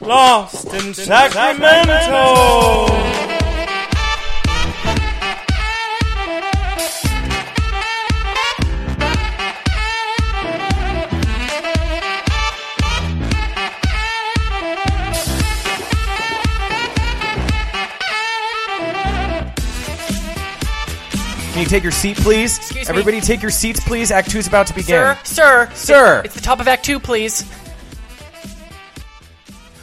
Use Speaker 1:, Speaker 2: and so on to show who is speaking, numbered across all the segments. Speaker 1: Lost in Sacramento.
Speaker 2: Can you take your seat, please?
Speaker 3: Excuse me.
Speaker 2: Everybody, take your seats, please. Act two is about to begin.
Speaker 3: Sir, sir,
Speaker 2: Sir.
Speaker 3: It's, it's the top of Act Two, please.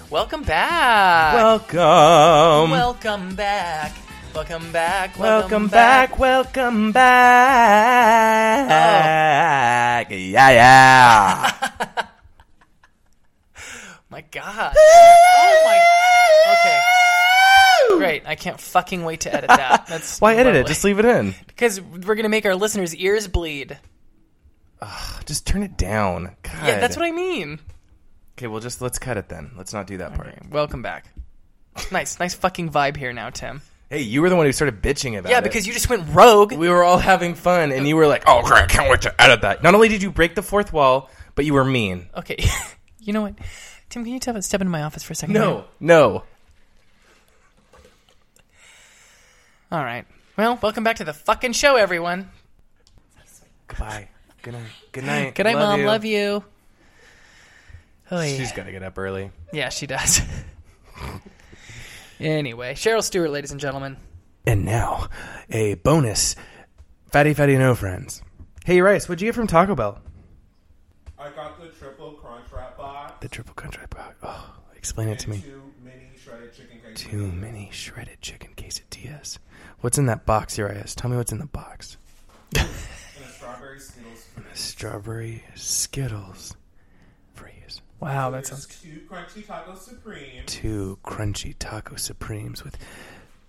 Speaker 3: Welcome back.
Speaker 2: Welcome.
Speaker 3: welcome back. Welcome back.
Speaker 2: welcome back. Welcome back. Yeah, yeah.
Speaker 3: My God. oh my. Okay. Great. I can't fucking wait to edit that. That's
Speaker 2: Why edit it? Just leave it in.
Speaker 3: because we're gonna make our listeners' ears bleed.
Speaker 2: Just turn it down. God.
Speaker 3: Yeah, that's what I mean.
Speaker 2: Okay, well, just let's cut it then. Let's not do that part.
Speaker 3: Welcome back. Nice, nice fucking vibe here now, Tim.
Speaker 2: Hey, you were the one who started bitching about it.
Speaker 3: Yeah, because you just went rogue.
Speaker 2: we were all having fun, and you were like, "Oh, great, I can't wait to edit that." Not only did you break the fourth wall, but you were mean.
Speaker 3: Okay. you know what? Tim, can you tep- step into my office for a second? here?
Speaker 2: no.
Speaker 3: All right. Well, welcome back to the fucking show, everyone.
Speaker 2: Goodbye. Good night. Good night.
Speaker 3: Good night, Mom. Love you. Oh, yeah.
Speaker 2: She's got to get up early.
Speaker 3: yeah, she does. anyway, Cheryl Stewart, ladies and gentlemen.
Speaker 2: And now, a bonus, fatty fatty no friends. Hey Rice, what'd you get from Taco Bell?
Speaker 4: I got the triple crunch wrap box
Speaker 2: The triple country box. Oh, explain it to me.
Speaker 4: two mini shredded chicken cakes.
Speaker 2: Too many shredded chicken quesadillas. What's in that box, Urias? Tell me what's in the box.
Speaker 4: and a strawberry Skittles. fruit.
Speaker 2: Strawberry Skittles, freeze.
Speaker 3: Wow, that sounds
Speaker 4: There's two crunchy taco supreme.
Speaker 2: Two crunchy taco supremes with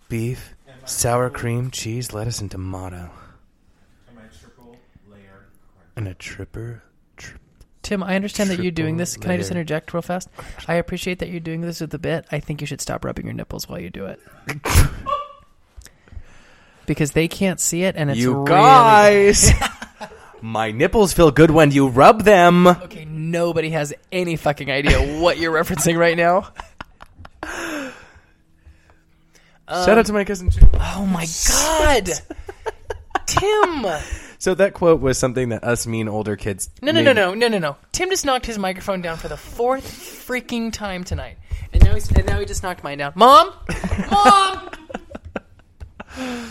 Speaker 2: beef, sour cream, cheese, lettuce, and tomato,
Speaker 4: And my triple layer crunch.
Speaker 2: and a tripper. Tri-
Speaker 3: Tim, I understand that you're doing
Speaker 2: Triple
Speaker 3: this. Can I just
Speaker 2: layer.
Speaker 3: interject real fast? I appreciate that you're doing this with the bit. I think you should stop rubbing your nipples while you do it. because they can't see it and it's
Speaker 2: you
Speaker 3: really
Speaker 2: guys, my nipples feel good when you rub them.
Speaker 3: Okay, nobody has any fucking idea what you're referencing right now.
Speaker 2: Shout out to my cousin. Ju-
Speaker 3: Oh my god. Tim.
Speaker 2: So that quote was something that us mean older kids.
Speaker 3: No, no, no, no, no, no, no. Tim just knocked his microphone down for the fourth freaking time tonight. And now he's and now he just knocked mine down. Mom? Mom!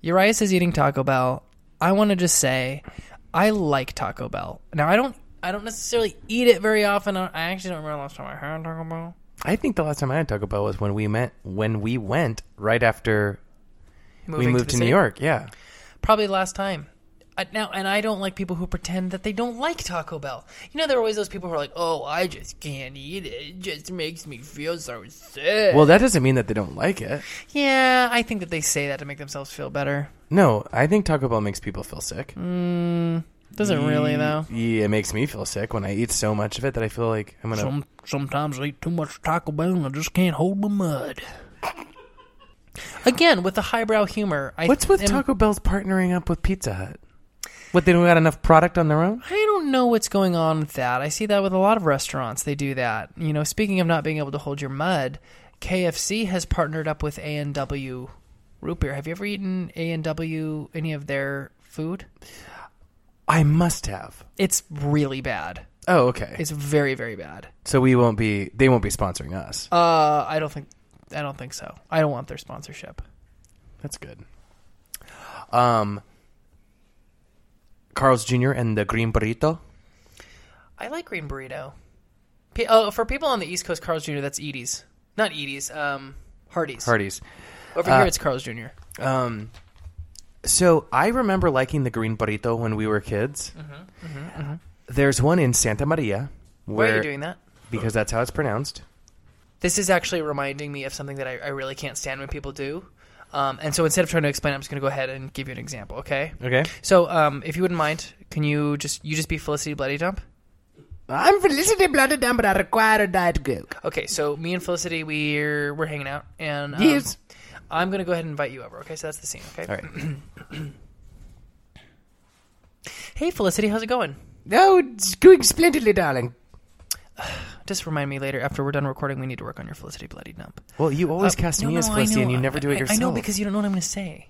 Speaker 3: Urias is eating Taco Bell. I want to just say I like Taco Bell. Now I don't I don't necessarily eat it very often. I I actually don't remember the last time I had Taco Bell.
Speaker 2: I think the last time I had Taco Bell was when we met when we went right after
Speaker 3: Moving
Speaker 2: we moved
Speaker 3: the
Speaker 2: to, New
Speaker 3: city.
Speaker 2: York. Yeah.
Speaker 3: probably last time. I, now, and I don't like people who pretend that they don't like Taco Bell. You know, there are always those people who are like, "Oh, I just can't eat it. It just makes me feel so sick."
Speaker 2: Well, that doesn't mean that they don't like it.
Speaker 3: yeah, I think that they say that to make themselves feel better.
Speaker 2: No, I think Taco Bell makes people feel sick.
Speaker 3: Mm, Doesn't really though.
Speaker 2: Yeah, it makes me feel sick when I eat so much of it that I feel like I'm gonna.
Speaker 3: sometimes I eat too much Taco Bell and I just can't hold my mud. Again, with the highbrow humor. I
Speaker 2: What's with
Speaker 3: am-
Speaker 2: Taco Bell's partnering up with Pizza Hut? What they don't got enough product on their own?
Speaker 3: I don't know what's going on with that. I see that with a lot of restaurants. They do that. You know, speaking of not being able to hold your mud, KFC has partnered up with A&W root beer. Have you ever eaten A&W any of their food?
Speaker 2: I must have.
Speaker 3: It's really bad.
Speaker 2: Oh, okay.
Speaker 3: It's very very bad.
Speaker 2: so we won't be. They won't be sponsoring us.
Speaker 3: Uh, I don't think I don't think so. I don't want their sponsorship.
Speaker 2: That's good. Um, Carl's Jr. and the Green Burrito.
Speaker 3: I like green burrito. P- oh, for people on the East Coast, Carl's Jr. That's Edie's, not Edie's. Um, Hardee's.
Speaker 2: Hardee's.
Speaker 3: Over here, it's Carl's Jr.
Speaker 2: Um, so I remember liking the Green Burrito when we were kids. There's one in Santa Maria.
Speaker 3: Why
Speaker 2: mm-hmm, Where
Speaker 3: are you doing that?
Speaker 2: Because that's how it's pronounced.
Speaker 3: this is actually reminding me of something that I, I really can't stand when people do. Um, and so instead of trying to explain, I'm just going to go ahead and give you an example, okay?
Speaker 2: Okay.
Speaker 3: So um, if you wouldn't mind, can you just you just be Felicity Bloody Dump?
Speaker 2: I'm Felicity Blooded Down, but I require a diet coke.
Speaker 3: Okay, so me and Felicity we're we're hanging out, and um,
Speaker 2: Yes.
Speaker 3: I'm going to go ahead and invite you over. Okay, so that's the scene. Okay.
Speaker 2: All right.
Speaker 3: Hey Felicity, how's it going?
Speaker 2: Oh, it's going splendidly, darling.
Speaker 3: Just remind me later after we're done recording. We need to work on your Felicity bloody dump.
Speaker 2: Well, you always
Speaker 3: Uh,
Speaker 2: cast
Speaker 3: no,
Speaker 2: me
Speaker 3: no,
Speaker 2: as
Speaker 3: I
Speaker 2: Felicity, and
Speaker 3: know.
Speaker 2: you never do it
Speaker 3: I-
Speaker 2: yourself.
Speaker 3: I know because you don't know what I'm going to say.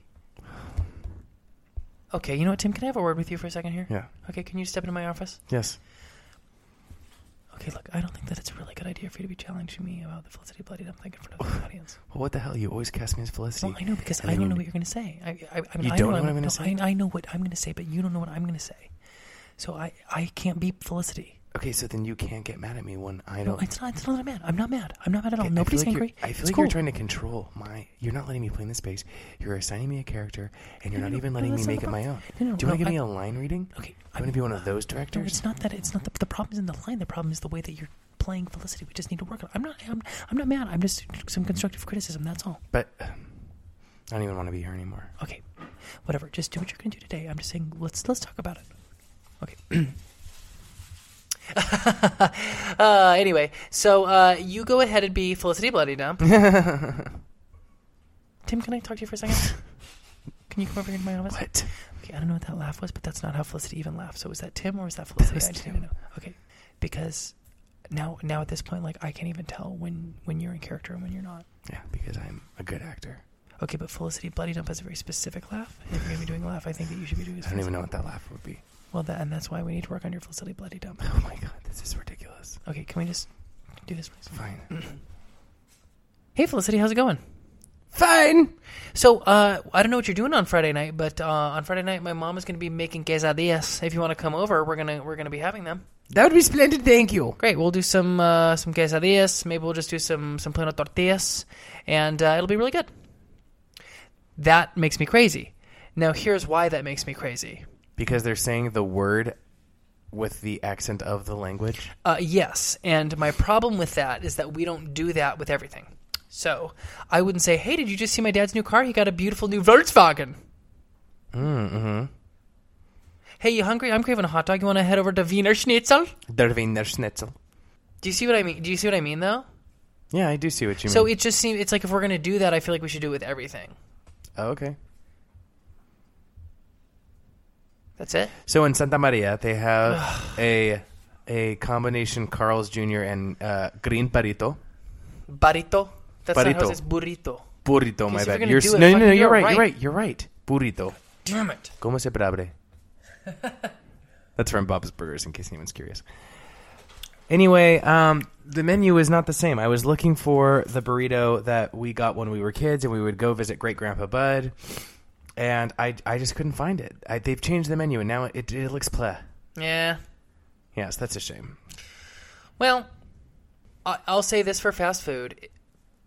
Speaker 3: Okay, you know what, Tim? Can I have a word with you for a second here?
Speaker 2: Yeah.
Speaker 3: Okay, can you step into my office?
Speaker 2: Yes.
Speaker 3: Okay, look, I don't think that it's a really good idea for you to be challenging me about the Felicity bloody dump thing in front of the audience.
Speaker 2: Well, what the hell? You always cast me as Felicity.
Speaker 3: Well, I know because
Speaker 2: And
Speaker 3: I
Speaker 2: then
Speaker 3: don't know
Speaker 2: you-
Speaker 3: what you're going to say. I, I, I mean,
Speaker 2: You
Speaker 3: I
Speaker 2: don't know
Speaker 3: know
Speaker 2: what I'm gonna
Speaker 3: no,
Speaker 2: say?
Speaker 3: I, I know what I'm going to say, but you don't know what I'm going to say. So I, I can't be Felicity.
Speaker 2: Okay, so then you can't get mad at me when I
Speaker 3: No,
Speaker 2: don't.
Speaker 3: it's not. It's not that I'm mad. I'm not mad. I'm not mad at all.
Speaker 2: I feel
Speaker 3: Nobody's
Speaker 2: like you're-
Speaker 3: angry.
Speaker 2: I feel
Speaker 3: it's
Speaker 2: like
Speaker 3: cool.
Speaker 2: you're trying to control my. You're not letting me play in this space. You're assigning me a character, and you're
Speaker 3: No,
Speaker 2: not
Speaker 3: no,
Speaker 2: even
Speaker 3: no,
Speaker 2: letting me
Speaker 3: that's not
Speaker 2: make
Speaker 3: the
Speaker 2: it my
Speaker 3: problem.
Speaker 2: own.
Speaker 3: No, no,
Speaker 2: Do you want
Speaker 3: no,
Speaker 2: to give me
Speaker 3: I-
Speaker 2: a line reading?
Speaker 3: Okay,
Speaker 2: Do you want to be one of those directors?
Speaker 3: No, it's not that. It's not the, the problem. Isn't the line? The problem is the way that you're playing Felicity. We just need to work on. it. I'm not. I'm, I'm not mad. I'm just some constructive criticism. That's all.
Speaker 2: But um, I don't even want to be here anymore.
Speaker 3: Okay, whatever. Just do what you're gonna do today. I'm just saying. Let's let's talk about it. Okay. uh, anyway, so uh, you go ahead and be Felicity Bloody Dump. Tim, can I talk to you for a second? Can you come over here to my office?
Speaker 2: What?
Speaker 3: Okay, I don't know what that laugh was, but that's not how Felicity even laughed. So was that Tim or was that Felicity?
Speaker 2: was
Speaker 3: I just
Speaker 2: Tim.
Speaker 3: need to know. Okay, because now now at this point, like I can't even tell when when you're in character and when you're not.
Speaker 2: Yeah, because I'm a good actor.
Speaker 3: Okay, but Felicity Bloody Dump has a very specific laugh. And if you're gonna be doing a laugh, I think that you should be doing.
Speaker 2: I don't even know what that laugh would be.
Speaker 3: Well, that and that's why we need to work on your Felicity Bloody Dump.
Speaker 2: Oh my god, this is ridiculous.
Speaker 3: Okay, can we just do this, please?
Speaker 2: Fine.
Speaker 3: Hey, Felicity, how's it going?
Speaker 2: Fine.
Speaker 3: So uh, I don't know what you're doing on Friday night, but uh, on Friday night, my mom is gonna be making quesadillas. If you want to come over, we're gonna we're gonna be having them.
Speaker 2: That would be splendid. Thank you.
Speaker 3: Great. We'll do some uh, some quesadillas. Maybe we'll just do some some plano tortillas, and uh, it'll be really good. That makes me crazy. Now here's why that makes me crazy.
Speaker 2: Because they're saying the word with the accent of the language.
Speaker 3: Uh, yes, and my problem with that is that we don't do that with everything. So I wouldn't say, "Hey, did you just see my dad's new car? He got a beautiful new Volkswagen."
Speaker 2: Mm-hmm.
Speaker 3: Hey, you hungry? I'm craving a hot dog. You want to head over to Wiener Schnitzel?
Speaker 2: Der Wiener Schnitzel.
Speaker 3: Do you see what I mean? Do you see what I mean, though?
Speaker 2: Yeah, I do see what you
Speaker 3: So
Speaker 2: mean.
Speaker 3: it just seems it's like if we're gonna do that, I feel like we should do it with everything.
Speaker 2: oh, okay.
Speaker 3: That's it.
Speaker 2: So in Santa Maria, they have a a combination Carl's Jr. and uh, Green Parito.
Speaker 3: Barito. That's not how
Speaker 2: Burrito.
Speaker 3: it's burrito.
Speaker 2: Burrito, my
Speaker 3: if you're
Speaker 2: bad.
Speaker 3: gonna
Speaker 2: You're,
Speaker 3: do
Speaker 2: s-
Speaker 3: it,
Speaker 2: no, no, no,
Speaker 3: fucking
Speaker 2: you're
Speaker 3: do
Speaker 2: right,
Speaker 3: it
Speaker 2: You're
Speaker 3: right.
Speaker 2: right. You're right. Burrito.
Speaker 3: Damn it.
Speaker 2: ¿Cómo se abre? That's from Bob's Burgers, in case anyone's curious. Anyway, um, the menu is not the same. I was looking for the burrito that we got when we were kids, and we would go visit Great Grandpa Bud, and I, I just couldn't find it. I, they've changed the menu, and now it, it looks pleh.
Speaker 3: Yeah.
Speaker 2: Yes, that's a shame.
Speaker 3: Well, I- I'll say this for fast food.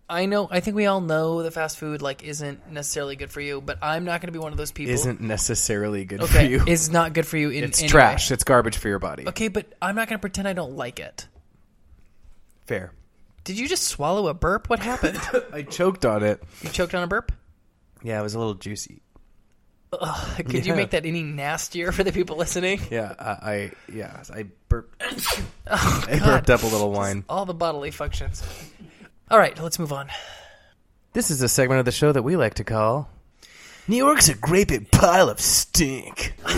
Speaker 3: I know. I think we all know that fast food like isn't necessarily good for you, but I'm not going to be one of those people.
Speaker 2: Isn't necessarily good for
Speaker 3: okay?
Speaker 2: you.
Speaker 3: Is not good for you. In
Speaker 2: it's
Speaker 3: any
Speaker 2: trash.
Speaker 3: way.
Speaker 2: It's garbage for your body.
Speaker 3: Okay, but I'm not going to pretend I don't like it.
Speaker 2: Fair.
Speaker 3: Did you just swallow a burp? What happened?
Speaker 2: I choked on it.
Speaker 3: you choked on a burp.
Speaker 2: Yeah, it was a little juicy.
Speaker 3: Ugh, could
Speaker 2: Yeah.
Speaker 3: you make that any nastier for the people listening?
Speaker 2: Yeah, uh, I yeah, I burped. I
Speaker 3: Oh, God.
Speaker 2: burped up a little wine.
Speaker 3: All the bodily functions. All right, let's move on.
Speaker 2: This is a segment of the show that we like to call New York's a great big pile of stink.
Speaker 3: I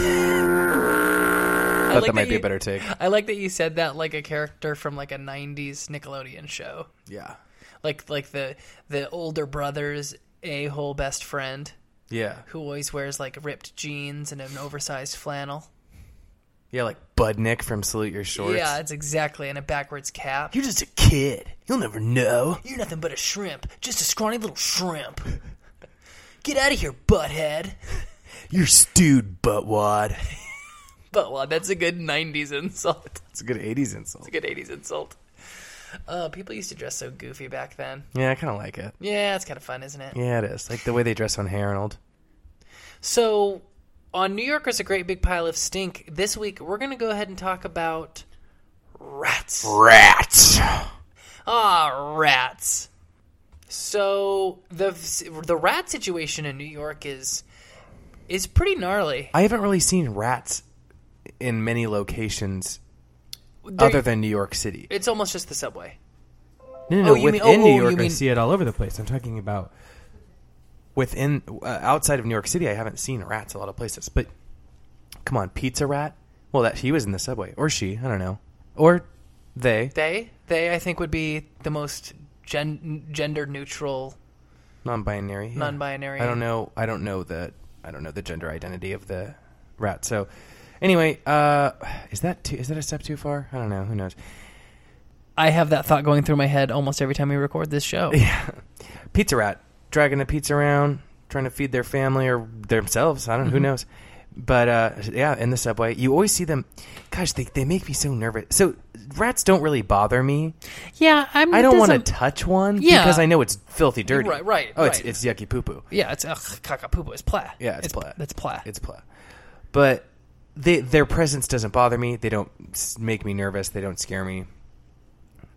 Speaker 2: But
Speaker 3: like
Speaker 2: that might be a
Speaker 3: you-
Speaker 2: better take.
Speaker 3: I like that you said that like a character from like a '90s Nickelodeon show.
Speaker 2: Yeah.
Speaker 3: like like the the older brother's a hole best friend
Speaker 2: Yeah.
Speaker 3: who always wears like ripped jeans and an oversized flannel.
Speaker 2: Yeah, like Budnick from Salute Your Shorts.
Speaker 3: Yeah, it's exactly and a backwards cap.
Speaker 2: You're just a kid. You'll never know.
Speaker 3: You're nothing but a shrimp, just a scrawny little shrimp. Get out of here, butthead.
Speaker 2: You're stewed, buttwad.
Speaker 3: But well, that's a good '90s insult.
Speaker 2: It's a good 80s insult.
Speaker 3: It's a good '80s insult. Uh, people used to dress so goofy back then.
Speaker 2: Yeah, I kind of like it.
Speaker 3: Yeah, it's kind of fun, isn't it?
Speaker 2: Yeah, it is. Like the way they dress on Harold.
Speaker 3: So, on New Yorkers, a great big pile of stink. This week, we're going to go ahead and talk about rats.
Speaker 2: Rats!
Speaker 3: Ah, rats. So the the rat situation in New York is is pretty gnarly.
Speaker 2: I haven't really seen rats in many locations
Speaker 3: There-
Speaker 2: other than New York City.
Speaker 3: it's almost just the subway.
Speaker 2: No, no,
Speaker 3: Oh,
Speaker 2: no.
Speaker 3: you mean-
Speaker 2: within
Speaker 3: oh, oh,
Speaker 2: New
Speaker 3: you
Speaker 2: York, I
Speaker 3: mean-
Speaker 2: see it all over the place. I'm talking about within uh, outside of New York City. I haven't seen rats a lot of places, but come on, pizza rat. Well, that he was in the subway, or she. I don't know, or They,
Speaker 3: They, they, I think would be the most gen- gender neutral,
Speaker 2: non-binary, yeah.
Speaker 3: non-binary.
Speaker 2: I don't know. I don't know the. I don't know the gender identity of the rat. So, anyway, uh, is that too, is that a step too far? I don't know. Who knows?
Speaker 3: I have that thought going through my head almost every time we record this show.
Speaker 2: Yeah, pizza rat dragging a pizza around, trying to feed their family or themselves. I don't. know.
Speaker 3: Mm-hmm.
Speaker 2: Who knows? But uh, yeah, in the subway, you always see them. Gosh, they they make me so nervous. So rats don't really bother me.
Speaker 3: yeah, I'm.
Speaker 2: I
Speaker 3: it
Speaker 2: don't want to
Speaker 3: doesn't-
Speaker 2: touch one
Speaker 3: Yeah.
Speaker 2: because I know it's filthy dirty.
Speaker 3: Right, right,
Speaker 2: Oh,
Speaker 3: right.
Speaker 2: it's it's yucky poo poo.
Speaker 3: Yeah, it's ugh, caca poo poo. It's pla.
Speaker 2: Yeah, it's pla.
Speaker 3: It's pla.
Speaker 2: It's pla. But they, their presence doesn't bother me. They don't s- make me nervous. They don't scare me.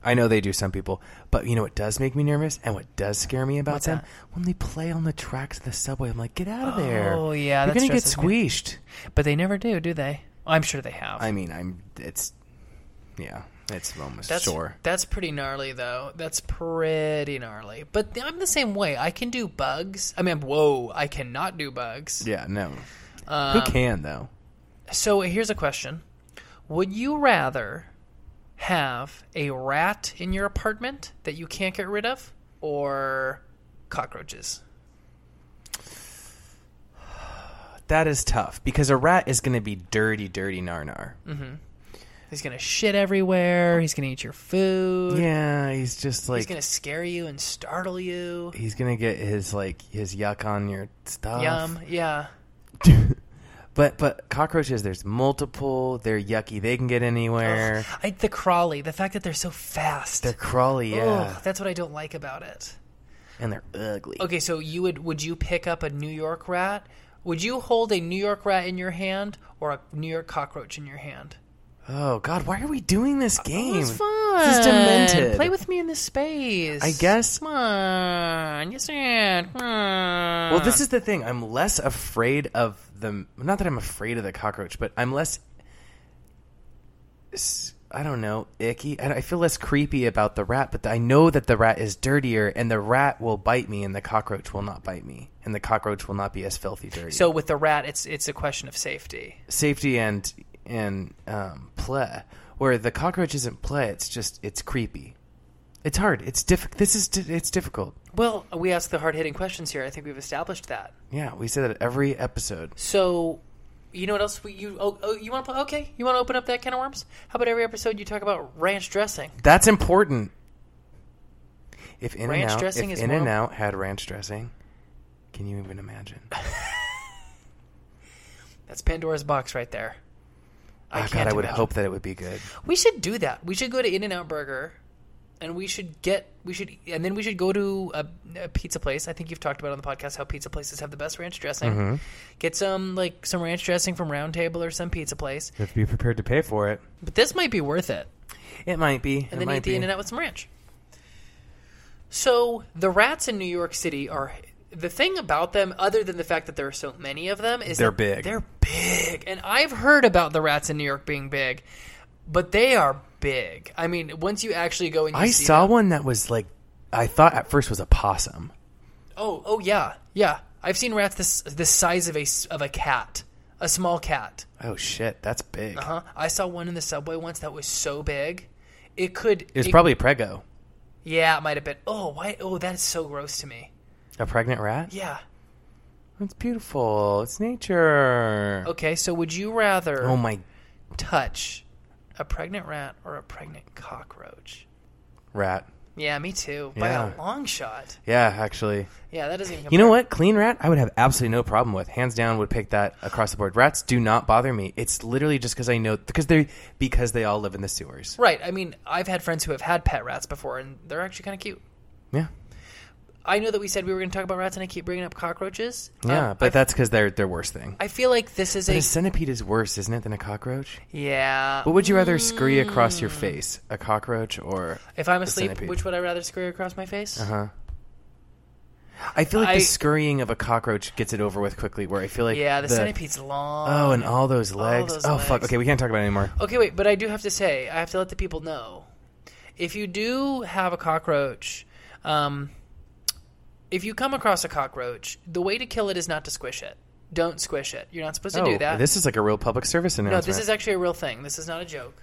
Speaker 2: I know they do some people, but you know what does make me nervous and what does scare me about
Speaker 3: What's
Speaker 2: them
Speaker 3: that?
Speaker 2: when they play on the tracks of the subway. I'm like, get out of there!
Speaker 3: Oh, yeah,
Speaker 2: you're
Speaker 3: that
Speaker 2: gonna get
Speaker 3: stresses me.
Speaker 2: squeezed.
Speaker 3: but they never do, do they? I'm sure they have.
Speaker 2: I mean, I'm. It's yeah, it's almost
Speaker 3: That's
Speaker 2: sure.
Speaker 3: that's pretty gnarly though. That's pretty gnarly. But th- I'm the same way. I can do bugs. I mean, whoa, I cannot do bugs.
Speaker 2: Yeah, no.
Speaker 3: Um,
Speaker 2: Who can though?
Speaker 3: So here's a question: Would you rather have a rat in your apartment that you can't get rid of, or cockroaches?
Speaker 2: That is tough because a rat is going to be dirty, dirty narnar.
Speaker 3: He's gonna shit everywhere. He's gonna eat your food.
Speaker 2: Yeah, he's just like
Speaker 3: He's gonna scare you and startle you.
Speaker 2: he's gonna get his like his yuck on your stuff.
Speaker 3: Yum. Yeah.
Speaker 2: But but cockroaches, there's multiple. They're yucky. They can get anywhere.
Speaker 3: I, the crawly. The fact that they're so fast.
Speaker 2: They're crawly, yeah,
Speaker 3: Ugh, that's what I don't like about it.
Speaker 2: and they're ugly.
Speaker 3: Okay, so you would would you pick up a New York rat? Would you hold a New York rat in your hand or a New York cockroach in your hand?
Speaker 2: Oh God, why are we doing this game?
Speaker 3: It's fun.
Speaker 2: This is demented.
Speaker 3: Play with me in this space.
Speaker 2: I guess-
Speaker 3: Come on. Yes, and come on.
Speaker 2: Well, this is the thing. I'm less afraid of the. Not that I'm afraid of the cockroach, but I'm less. s- I don't know, icky. And I feel less creepy about the rat, but I know that the rat is dirtier, and the rat will bite me, and the cockroach will not bite me, and the cockroach will not be as filthy dirty.
Speaker 3: so with the rat, it's it's a question of safety.
Speaker 2: safety and and um, play, where the cockroach isn't play. It's just it's creepy. It's hard. It's diff. This is di- it's difficult.
Speaker 3: Well, we ask the hard hitting questions here. I think we've established that.
Speaker 2: Yeah, we say that every episode.
Speaker 3: So, you know what else? We, you oh, oh you want to okay? You want to open up that can of worms? How about every episode you talk about ranch dressing?
Speaker 2: That's important. If in
Speaker 3: Ranch
Speaker 2: and out,
Speaker 3: dressing
Speaker 2: if
Speaker 3: is
Speaker 2: in
Speaker 3: more-
Speaker 2: and out had ranch dressing, can you even imagine?
Speaker 3: That's Pandora's box right there. Ah, I
Speaker 2: Oh, God,
Speaker 3: can't
Speaker 2: I would
Speaker 3: imagine.
Speaker 2: hope that it would be good.
Speaker 3: We should do that. We should go to In and Out Burger, and we should get we should and then we should go to a, a pizza place. I think you've talked about on the podcast how pizza places have the best ranch dressing. Get some like some ranch dressing from Round Table or some pizza place.
Speaker 2: You have to be prepared to pay for it.
Speaker 3: But this might be worth it.
Speaker 2: It might be.
Speaker 3: and
Speaker 2: it
Speaker 3: then
Speaker 2: might
Speaker 3: eat
Speaker 2: be.
Speaker 3: the internet with some ranch. So the rats in New York City are the thing about them, other than the fact that there are so many of them, is
Speaker 2: They're
Speaker 3: that
Speaker 2: big.
Speaker 3: They're big, and I've heard about the rats in New York being big, but they are big. I mean, once you actually go and you
Speaker 2: I
Speaker 3: see
Speaker 2: saw
Speaker 3: them-
Speaker 2: one that was like, I thought at first was a possum.
Speaker 3: Oh, oh yeah, yeah. I've seen rats this the size of a s- of a cat, a small cat.
Speaker 2: Oh shit, that's big.
Speaker 3: Huh? I saw one in the subway once that was so big, it could.
Speaker 2: It was probably a prego.
Speaker 3: yeah, it might have been. Oh, why? Oh, that is so gross to me.
Speaker 2: A pregnant rat?
Speaker 3: Yeah.
Speaker 2: It's beautiful. It's nature.
Speaker 3: Okay, so would you rather
Speaker 2: Oh my
Speaker 3: touch a pregnant rat or a pregnant cockroach?
Speaker 2: rat.
Speaker 3: Yeah, me too. By
Speaker 2: Yeah.
Speaker 3: a long shot.
Speaker 2: Yeah, actually.
Speaker 3: Yeah, that doesn't even.
Speaker 2: You know
Speaker 3: compare.
Speaker 2: what? Clean rat, I would have absolutely no problem with. Hands down would pick that across the board. Rats do not bother me. It's literally just cuz I know because they because they all live in the sewers.
Speaker 3: Right. I mean, I've had friends who have had pet rats before, and they're actually kind of cute.
Speaker 2: Yeah.
Speaker 3: I know that we said we were going to talk about rats, and I keep bringing up cockroaches.
Speaker 2: Yeah,
Speaker 3: Um,
Speaker 2: but
Speaker 3: I,
Speaker 2: that's cuz they're their worst thing.
Speaker 3: I feel like this is
Speaker 2: But
Speaker 3: a
Speaker 2: a centipede is worse, isn't it, than a cockroach?
Speaker 3: yeah.
Speaker 2: What would you rather scurry across
Speaker 3: Mm.
Speaker 2: your face, a cockroach or
Speaker 3: If I'm
Speaker 2: a
Speaker 3: asleep,
Speaker 2: centipede? Uh-huh.
Speaker 3: which would I rather scurry across my face?
Speaker 2: Huh. I feel like
Speaker 3: I-
Speaker 2: the scurrying of a cockroach gets it over with quickly. Where I feel like
Speaker 3: Yeah, the, centipede's long.
Speaker 2: Oh, and all those legs.
Speaker 3: those
Speaker 2: oh fuck.
Speaker 3: legs.
Speaker 2: Okay, we can't talk about it anymore.
Speaker 3: Okay, wait, but I do have to say, I have to let the people know. If you do have a cockroach, um, if you come across a cockroach, the way to kill it is not to squish it. Don't squish it. You're not supposed to
Speaker 2: oh,
Speaker 3: do that.
Speaker 2: This is like a real public service
Speaker 3: no,
Speaker 2: announcement.
Speaker 3: this is actually a real thing. This is not a joke.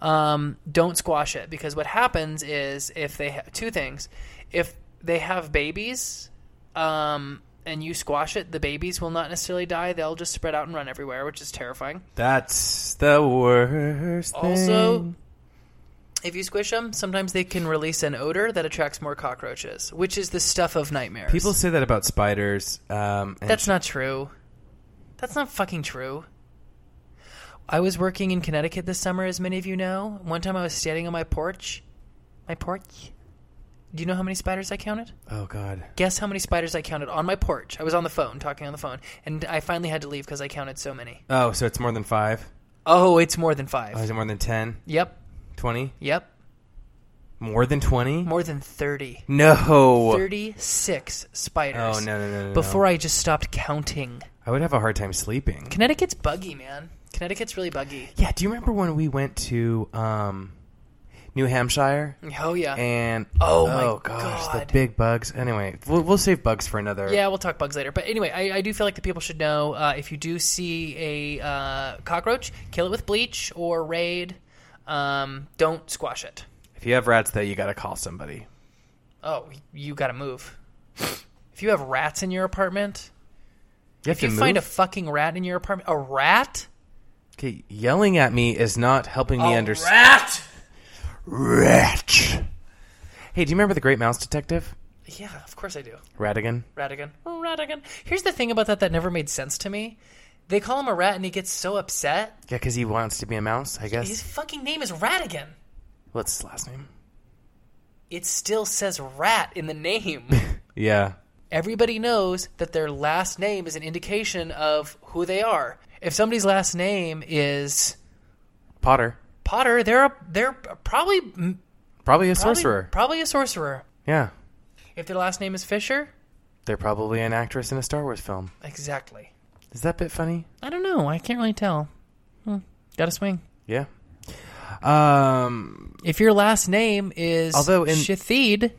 Speaker 3: um, don't squash it because what happens is if they have two things, if they have babies, um, and you squash it, the babies will not necessarily die. They'll just spread out and run everywhere, which is terrifying.
Speaker 2: That's the worst.
Speaker 3: Also,
Speaker 2: thing.
Speaker 3: if you squish them, sometimes they can release an odor that attracts more cockroaches, which is the stuff of nightmares.
Speaker 2: people say that about spiders. Um, and
Speaker 3: That's not true. That's not fucking true. I was working in Connecticut this summer, as many of you know. One time I was standing on my porch. My porch? Do you know how many spiders I counted?
Speaker 2: Oh God.
Speaker 3: Guess how many spiders I counted on my porch? I was on the phone, talking on the phone, and I finally had to leave because I counted so many.
Speaker 2: Oh, so it's more than five.
Speaker 3: Oh, it's more than five.
Speaker 2: Oh, is it more than 10?
Speaker 3: Yep,
Speaker 2: 20?
Speaker 3: yep.
Speaker 2: More than 20?
Speaker 3: More than 30.
Speaker 2: No.
Speaker 3: 36 spiders.
Speaker 2: Oh, no, no, no, no, no.
Speaker 3: Before I just stopped counting.
Speaker 2: I would have a hard time sleeping.
Speaker 3: Connecticut's buggy, man. Connecticut's really buggy.
Speaker 2: Yeah, do you remember when we went to um, New Hampshire?
Speaker 3: Oh, yeah.
Speaker 2: And
Speaker 3: Oh, my
Speaker 2: gosh,
Speaker 3: God.
Speaker 2: the big bugs. Anyway, we'll, we'll save bugs for another.
Speaker 3: Yeah, we'll talk bugs later. But anyway, I, I do feel like the people should know uh, if you do see a uh, cockroach, kill it with bleach or raid. Um, don't squash it.
Speaker 2: If you have rats, though, you got to call somebody.
Speaker 3: Oh, you got to move. If you have rats in your apartment,
Speaker 2: You have
Speaker 3: if
Speaker 2: to
Speaker 3: you
Speaker 2: move?
Speaker 3: find a fucking rat in your apartment, a rat,
Speaker 2: okay, yelling at me is not helping me
Speaker 3: a
Speaker 2: understand.
Speaker 3: rat.
Speaker 2: Rat. Hey, do you remember the Great Mouse Detective?
Speaker 3: Yeah, of course I do.
Speaker 2: Ratigan?
Speaker 3: Ratigan, Ratigan. Here's the thing about that that never made sense to me. They call him a rat, and he gets so upset.
Speaker 2: Yeah, because he wants to be a mouse, I guess.
Speaker 3: His fucking name is Ratigan.
Speaker 2: What's his last name?
Speaker 3: It still says rat in the name.
Speaker 2: Yeah.
Speaker 3: everybody knows that their last name is an indication of who they are. If somebody's last name is
Speaker 2: Potter.
Speaker 3: Potter, they're a, they're probably, probably
Speaker 2: Probably a sorcerer.
Speaker 3: probably a sorcerer.
Speaker 2: yeah.
Speaker 3: If their last name is Fisher,
Speaker 2: They're probably an actress in a Star Wars film.
Speaker 3: exactly.
Speaker 2: Is that bit funny?
Speaker 3: I don't know. I can't really tell. Hmm. Got to swing.
Speaker 2: Yeah. Um,
Speaker 3: If your last name is
Speaker 2: Although in-
Speaker 3: Shathid,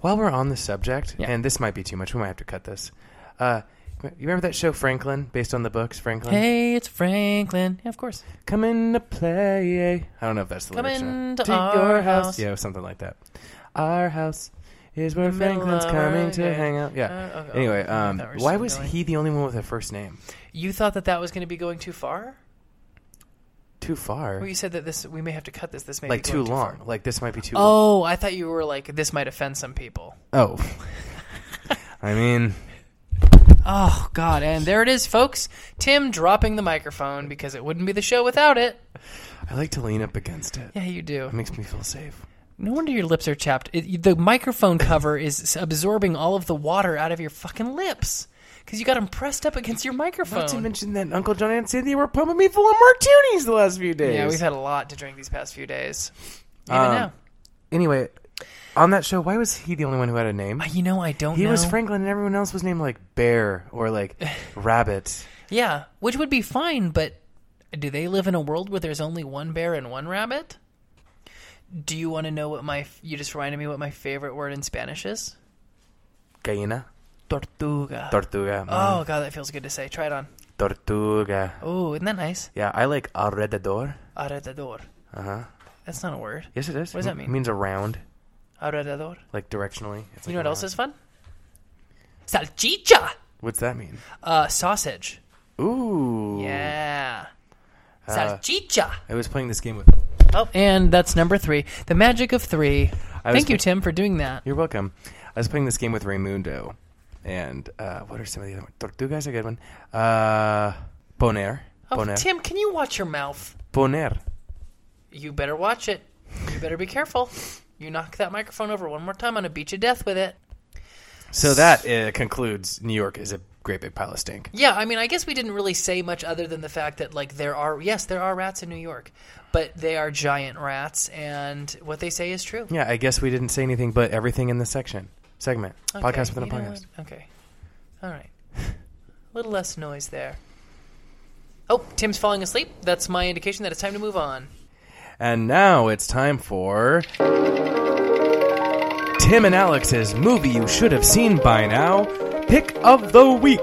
Speaker 2: while we're on the subject,
Speaker 3: Yeah.
Speaker 2: and this might be too much, we might have to cut this. Uh, you remember that show Franklin, based on the books Franklin?
Speaker 3: hey, it's Franklin. Yeah, of course.
Speaker 2: Come in to play. eh? I don't know if that's the
Speaker 3: Come
Speaker 2: lyrics. or not.
Speaker 3: in to our house.
Speaker 2: Yeah, something like that. Our house is where
Speaker 3: The middle
Speaker 2: Franklin's
Speaker 3: of
Speaker 2: coming
Speaker 3: our
Speaker 2: to
Speaker 3: day.
Speaker 2: hang out. Yeah.
Speaker 3: Uh, okay.
Speaker 2: Anyway,
Speaker 3: I
Speaker 2: um,
Speaker 3: thought we were
Speaker 2: why
Speaker 3: still
Speaker 2: was
Speaker 3: going.
Speaker 2: he the only one with a first name?
Speaker 3: You thought that that was going to be going too far?
Speaker 2: Too far.
Speaker 3: Well, you said that this we may have to cut this. This may
Speaker 2: like
Speaker 3: be
Speaker 2: too
Speaker 3: going far.
Speaker 2: long. Like this might be too.
Speaker 3: Oh, I thought you were like this might offend some people.
Speaker 2: Oh. I mean,
Speaker 3: Oh God! And there it is, folks. Tim dropping the microphone because it wouldn't be the show without it.
Speaker 2: I like to lean up against it.
Speaker 3: Yeah, you do.
Speaker 2: It makes me feel safe.
Speaker 3: No wonder your lips are chapped. It, the microphone cover is absorbing all of the water out of your fucking lips because you got them pressed up against your
Speaker 2: Not to
Speaker 3: microphone.
Speaker 2: mention that Uncle John and Cynthia were pumping me full of martinis the last few days.
Speaker 3: Yeah, we've had a lot to drink these past few days. Even
Speaker 2: Um,
Speaker 3: now,
Speaker 2: Anyway, on that show, why was he the only one who had a name?
Speaker 3: Uh, you know, I don't.
Speaker 2: He
Speaker 3: know.
Speaker 2: was Franklin, and everyone else was named like Bear or like Rabbit.
Speaker 3: Yeah, which would be fine, but do they live in a world where there's only one bear and one rabbit? Do you want to know what my you just reminded me what my favorite word in Spanish is?
Speaker 2: Gallina,
Speaker 3: Tortuga.
Speaker 2: tortuga, Mm.
Speaker 3: oh god, that feels good to say. Try it on.
Speaker 2: tortuga.
Speaker 3: Oh, isn't that nice?
Speaker 2: Yeah, I like alrededor.
Speaker 3: Alrededor.
Speaker 2: Uh huh.
Speaker 3: That's not a word.
Speaker 2: Yes, it is.
Speaker 3: What does that
Speaker 2: It
Speaker 3: mean?
Speaker 2: means around,
Speaker 3: Alrededor.
Speaker 2: like directionally. It's
Speaker 3: You
Speaker 2: like
Speaker 3: know what else
Speaker 2: around.
Speaker 3: is fun? Salchicha.
Speaker 2: What's that mean?
Speaker 3: Uh, sausage.
Speaker 2: Ooh. Uh,
Speaker 3: Yeah. Salchicha.
Speaker 2: I was playing this game with.
Speaker 3: Oh, and that's number three. The magic of three.
Speaker 2: I was
Speaker 3: Thank you,
Speaker 2: ma-
Speaker 3: Tim, for doing that.
Speaker 2: You're welcome. I was playing this game with Raymundo, and uh, what are some of the other ones? Tortuga's a good one. Uh, poner.
Speaker 3: Oh,
Speaker 2: Poner.
Speaker 3: Tim, can you watch your mouth?
Speaker 2: poner.
Speaker 3: You better watch it. You better be careful. You knock that microphone over one more time, I'm gonna beat you to death with it.
Speaker 2: So that uh, concludes New York is a great big pile of stink.
Speaker 3: Yeah, I mean, I guess we didn't really say much other than the fact that like there are yes, there are rats in New York, but they are giant rats, and what they say is true.
Speaker 2: Yeah, I guess we didn't say anything but everything in this section. Segment.
Speaker 3: Okay,
Speaker 2: podcast within a
Speaker 3: you know
Speaker 2: podcast.
Speaker 3: what? Okay, all right, a little less noise there. Oh, Tim's falling asleep. That's my indication that it's time to move on.
Speaker 2: And now it's time for. Tim and Alex's movie you should have seen by now. Pick of the week.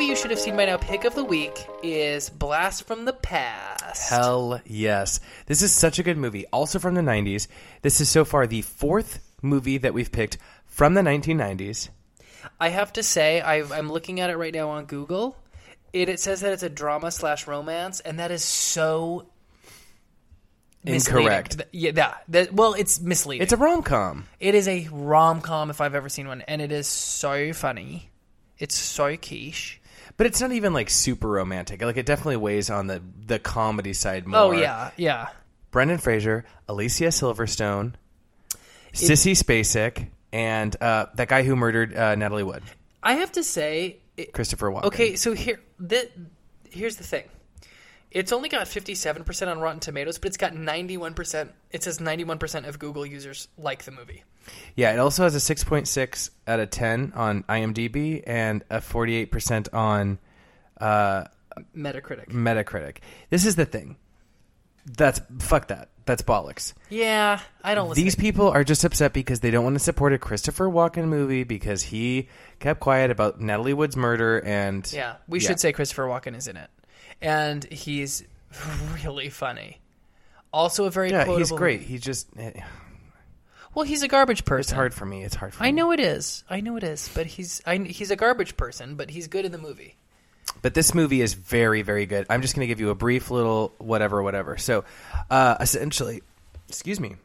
Speaker 3: you should have seen by now pick of the week is Blast from the Past.
Speaker 2: Hell yes. This is such a good movie. Also from the 90s. This is so far the fourth movie that we've picked from the 1990s.
Speaker 3: I have to say, I, I'm looking at it right now on Google. It, it says that it's a drama slash romance, and that is so misleading.
Speaker 2: Incorrect.
Speaker 3: Th- Yeah, that, that- well, it's misleading.
Speaker 2: It's a rom com.
Speaker 3: it is a rom com if I've ever seen one, and it is so funny. It's so quiche.
Speaker 2: But it's not even like super romantic. Like it definitely weighs on the, the comedy side more.
Speaker 3: Oh yeah, yeah.
Speaker 2: Brendan Fraser, Alicia Silverstone, Sissy Spacek, and uh, that guy who murdered uh, Natalie Wood,
Speaker 3: I have to say, it,
Speaker 2: Christopher Walken.
Speaker 3: okay. So here, th- here's the thing. It's only got 57% on Rotten Tomatoes, but it's got 91%. It says 91% of Google users like the movie.
Speaker 2: Yeah, it also has a 6.6 out of 10 on IMDb and a 48% on
Speaker 3: Metacritic.
Speaker 2: Metacritic. This is the thing. That's fuck that. That's bollocks.
Speaker 3: Yeah, I don't listen.
Speaker 2: These people are just upset because they don't want to support a Christopher Walken movie because he kept quiet about Natalie Wood's murder and
Speaker 3: yeah, we
Speaker 2: Yeah.
Speaker 3: should say Christopher Walken is in it, and he's really funny. Also, a very
Speaker 2: yeah, he's
Speaker 3: quotable-
Speaker 2: great. He just eh,
Speaker 3: Well, he's a garbage person.
Speaker 2: it's hard for me. It's hard for
Speaker 3: I
Speaker 2: me.
Speaker 3: know it is. I know it is. But he's I, he's a garbage person, but he's good in the movie.
Speaker 2: But this movie is very, very good. I'm just going to give you a brief little whatever, whatever. So, uh, essentially, excuse me.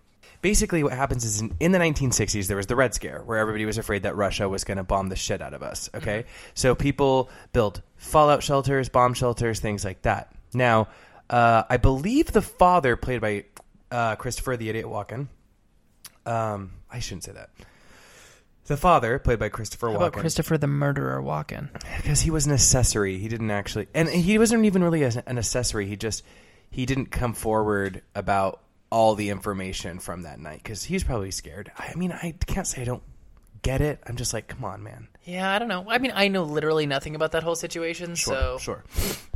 Speaker 2: Basically, what happens is in, in the 1960s, there was the Red Scare, where everybody was afraid that Russia was going to bomb the shit out of us. Okay. So, people built fallout shelters, bomb shelters, things like that. Now, uh, I believe the father, played by uh, Christopher the Idiot Walken, um, I shouldn't say that. The father, played by Christopher Walken.
Speaker 3: Christopher the murderer Walken?
Speaker 2: Because he was an accessory. He didn't actually, and he wasn't even really as- an accessory. He just he didn't come forward about all the information from that night because he was probably scared. I mean, I can't say I don't get it. I'm just like, come on, man.
Speaker 3: Yeah, I don't know. I mean, I know literally nothing about that whole situation. so,
Speaker 2: sure.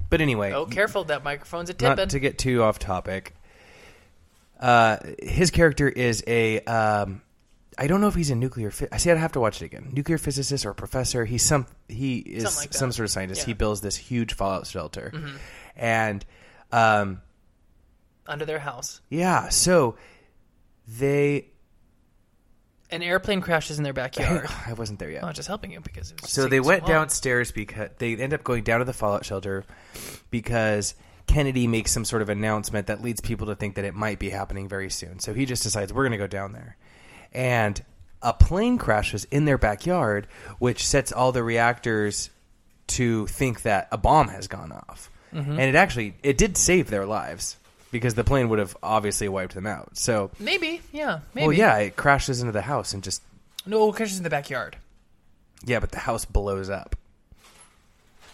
Speaker 2: But anyway,
Speaker 3: oh, careful! That microphone's a tippin'.
Speaker 2: not to get too off topic. Uh, his character is a. Um, I don't know if he's a nuclear. Phy- I see. I'd have to watch it again. Nuclear physicist or professor. He's some. He is
Speaker 3: Something like that.
Speaker 2: some sort of scientist.
Speaker 3: Yeah. Mm-hmm.
Speaker 2: He builds this huge fallout shelter, and um,
Speaker 3: under their house.
Speaker 2: yeah. So they.
Speaker 3: An airplane crashes in their backyard.
Speaker 2: I wasn't there yet.
Speaker 3: I'm just helping you because it was
Speaker 2: So
Speaker 3: taking
Speaker 2: they went
Speaker 3: long.
Speaker 2: downstairs because they end up going down to the fallout shelter because Kennedy makes some sort of announcement that leads people to think that it might be happening very soon. So he just decides we're going to go down there. And a plane crashes in their backyard, which sets all the reactors to think that a bomb has gone off. And it actually it did save their lives because the plane would have obviously wiped them out. So
Speaker 3: Maybe, yeah, maybe.
Speaker 2: well yeah, it crashes into the house and just
Speaker 3: No, it crashes in the backyard.
Speaker 2: yeah, but the house blows up.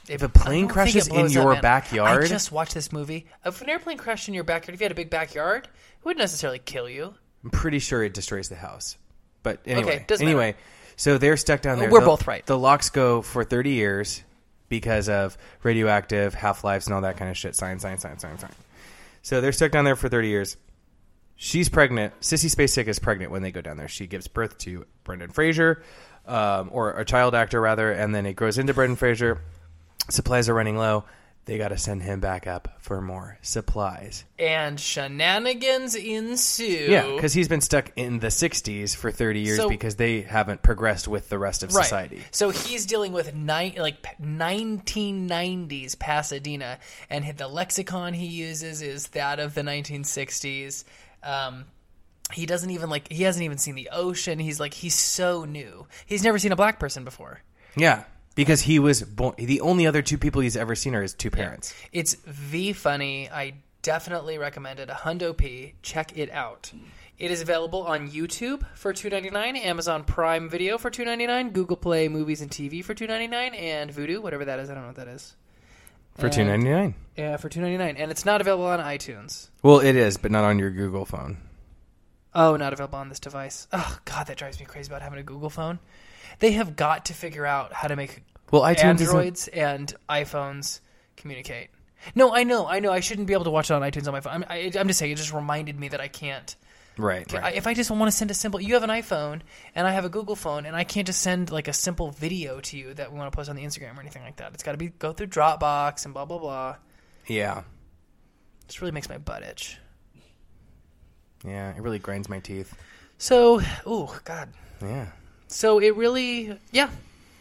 Speaker 3: If
Speaker 2: a plane
Speaker 3: I don't think
Speaker 2: crashes
Speaker 3: it blows
Speaker 2: in your
Speaker 3: man.
Speaker 2: backyard-
Speaker 3: I just watched this movie. If an airplane crashed in your backyard, if you had a big backyard, it wouldn't necessarily kill you.
Speaker 2: I'm pretty sure it destroys the house. But anyway,
Speaker 3: Okay, doesn't
Speaker 2: anyway, so they're stuck down there.
Speaker 3: We're
Speaker 2: The-
Speaker 3: both right.
Speaker 2: The locks go for 30 years because of radioactive half lives and all that kind of shit. Science, science, science, science, science. So they're stuck down there for 30 years. She's pregnant. Sissy Spacek is pregnant when they go down there. She gives birth to Brendan Fraser, um, or a child actor rather, and then it grows into Brendan Fraser. Supplies are running low. They got to send him back up for more supplies.
Speaker 3: And shenanigans ensue.
Speaker 2: Yeah, because he's been stuck in the 60s for 30 years
Speaker 3: So-
Speaker 2: because they haven't progressed with the rest of
Speaker 3: right.
Speaker 2: society.
Speaker 3: So he's dealing with ni- like p- 1990s Pasadena, and the lexicon he uses is that of the 1960s. Um, he doesn't even like he hasn't even seen the ocean. He's like he's so new. He's never seen a black person before.
Speaker 2: Yeah, because he was born. The only other two people he's ever seen are his two parents.
Speaker 3: It's V funny. I definitely recommend it. A hundo p. Check it out. It is available on YouTube for two ninety nine, Amazon Prime Video for two ninety nine, Google Play Movies and TV for two ninety nine, and Vudu, whatever that is. I don't know what that is.
Speaker 2: For two ninety nine.
Speaker 3: Yeah, for two ninety nine, and it's not available on iTunes.
Speaker 2: Well, it is, but not on your Google phone.
Speaker 3: Oh, not available on this device. Oh God, that drives me crazy about having a Google phone. They have got to figure out how to make
Speaker 2: Well, iTunes isn't-
Speaker 3: Androids and iPhones communicate. No, I know, I know. I shouldn't be able to watch it on iTunes on my phone. I'm, I, I'm just saying, it just reminded me that I can't
Speaker 2: Right.
Speaker 3: I-
Speaker 2: right.
Speaker 3: If I just want to send a simple, you have an iPhone and I have a Google phone, and I can't just send like a simple video to you that we want to post on the Instagram or anything like that. It's got to be go through Dropbox and blah blah blah.
Speaker 2: yeah.
Speaker 3: This really makes my butt itch.
Speaker 2: Yeah. It really grinds my teeth.
Speaker 3: So, ooh, God.
Speaker 2: Yeah.
Speaker 3: So it really, yeah.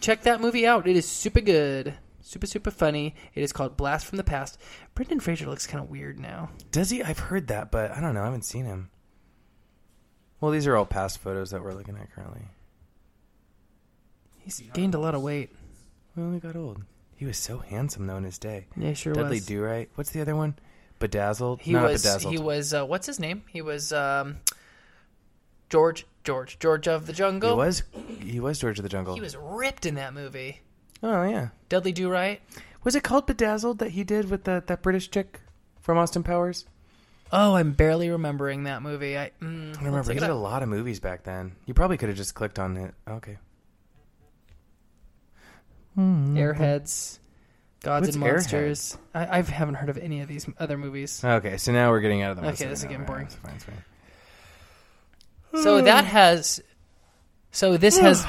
Speaker 3: Check that movie out. It is super good, super super funny. It is called Blast from the Past. Brendan Fraser looks kind of weird now.
Speaker 2: Does he? I've heard that, but I don't know. I haven't seen him. Well, these are all past photos that we're looking at currently.
Speaker 3: He's gained a lot of weight.
Speaker 2: Well, he got old. He was so handsome though in his day.
Speaker 3: Yeah, sure
Speaker 2: Dudley
Speaker 3: was.
Speaker 2: Do right. What's the other one? Bedazzled.
Speaker 3: He
Speaker 2: No, not
Speaker 3: was.
Speaker 2: bedazzled.
Speaker 3: He was. Uh, what's his name? He was um, George. George. George of the Jungle.
Speaker 2: He was. He was George of the Jungle.
Speaker 3: He was ripped in that movie.
Speaker 2: Oh yeah.
Speaker 3: Dudley Do Right.
Speaker 2: Was it called Bedazzled that he did with that that British chick from Austin Powers?
Speaker 3: Oh, I'm barely remembering that movie. I, mm,
Speaker 2: I remember he did a
Speaker 3: Up.
Speaker 2: lot of movies back then. You probably could have just clicked on it. Okay.
Speaker 3: Airheads, Gods
Speaker 2: What's
Speaker 3: and Monsters. I, I haven't heard of any of these other movies.
Speaker 2: Okay. So now we're getting out of the.
Speaker 3: Okay,
Speaker 2: Monster
Speaker 3: this is
Speaker 2: now.
Speaker 3: getting
Speaker 2: All
Speaker 3: boring.
Speaker 2: it's fine, it's fine.
Speaker 3: So that has. So this has.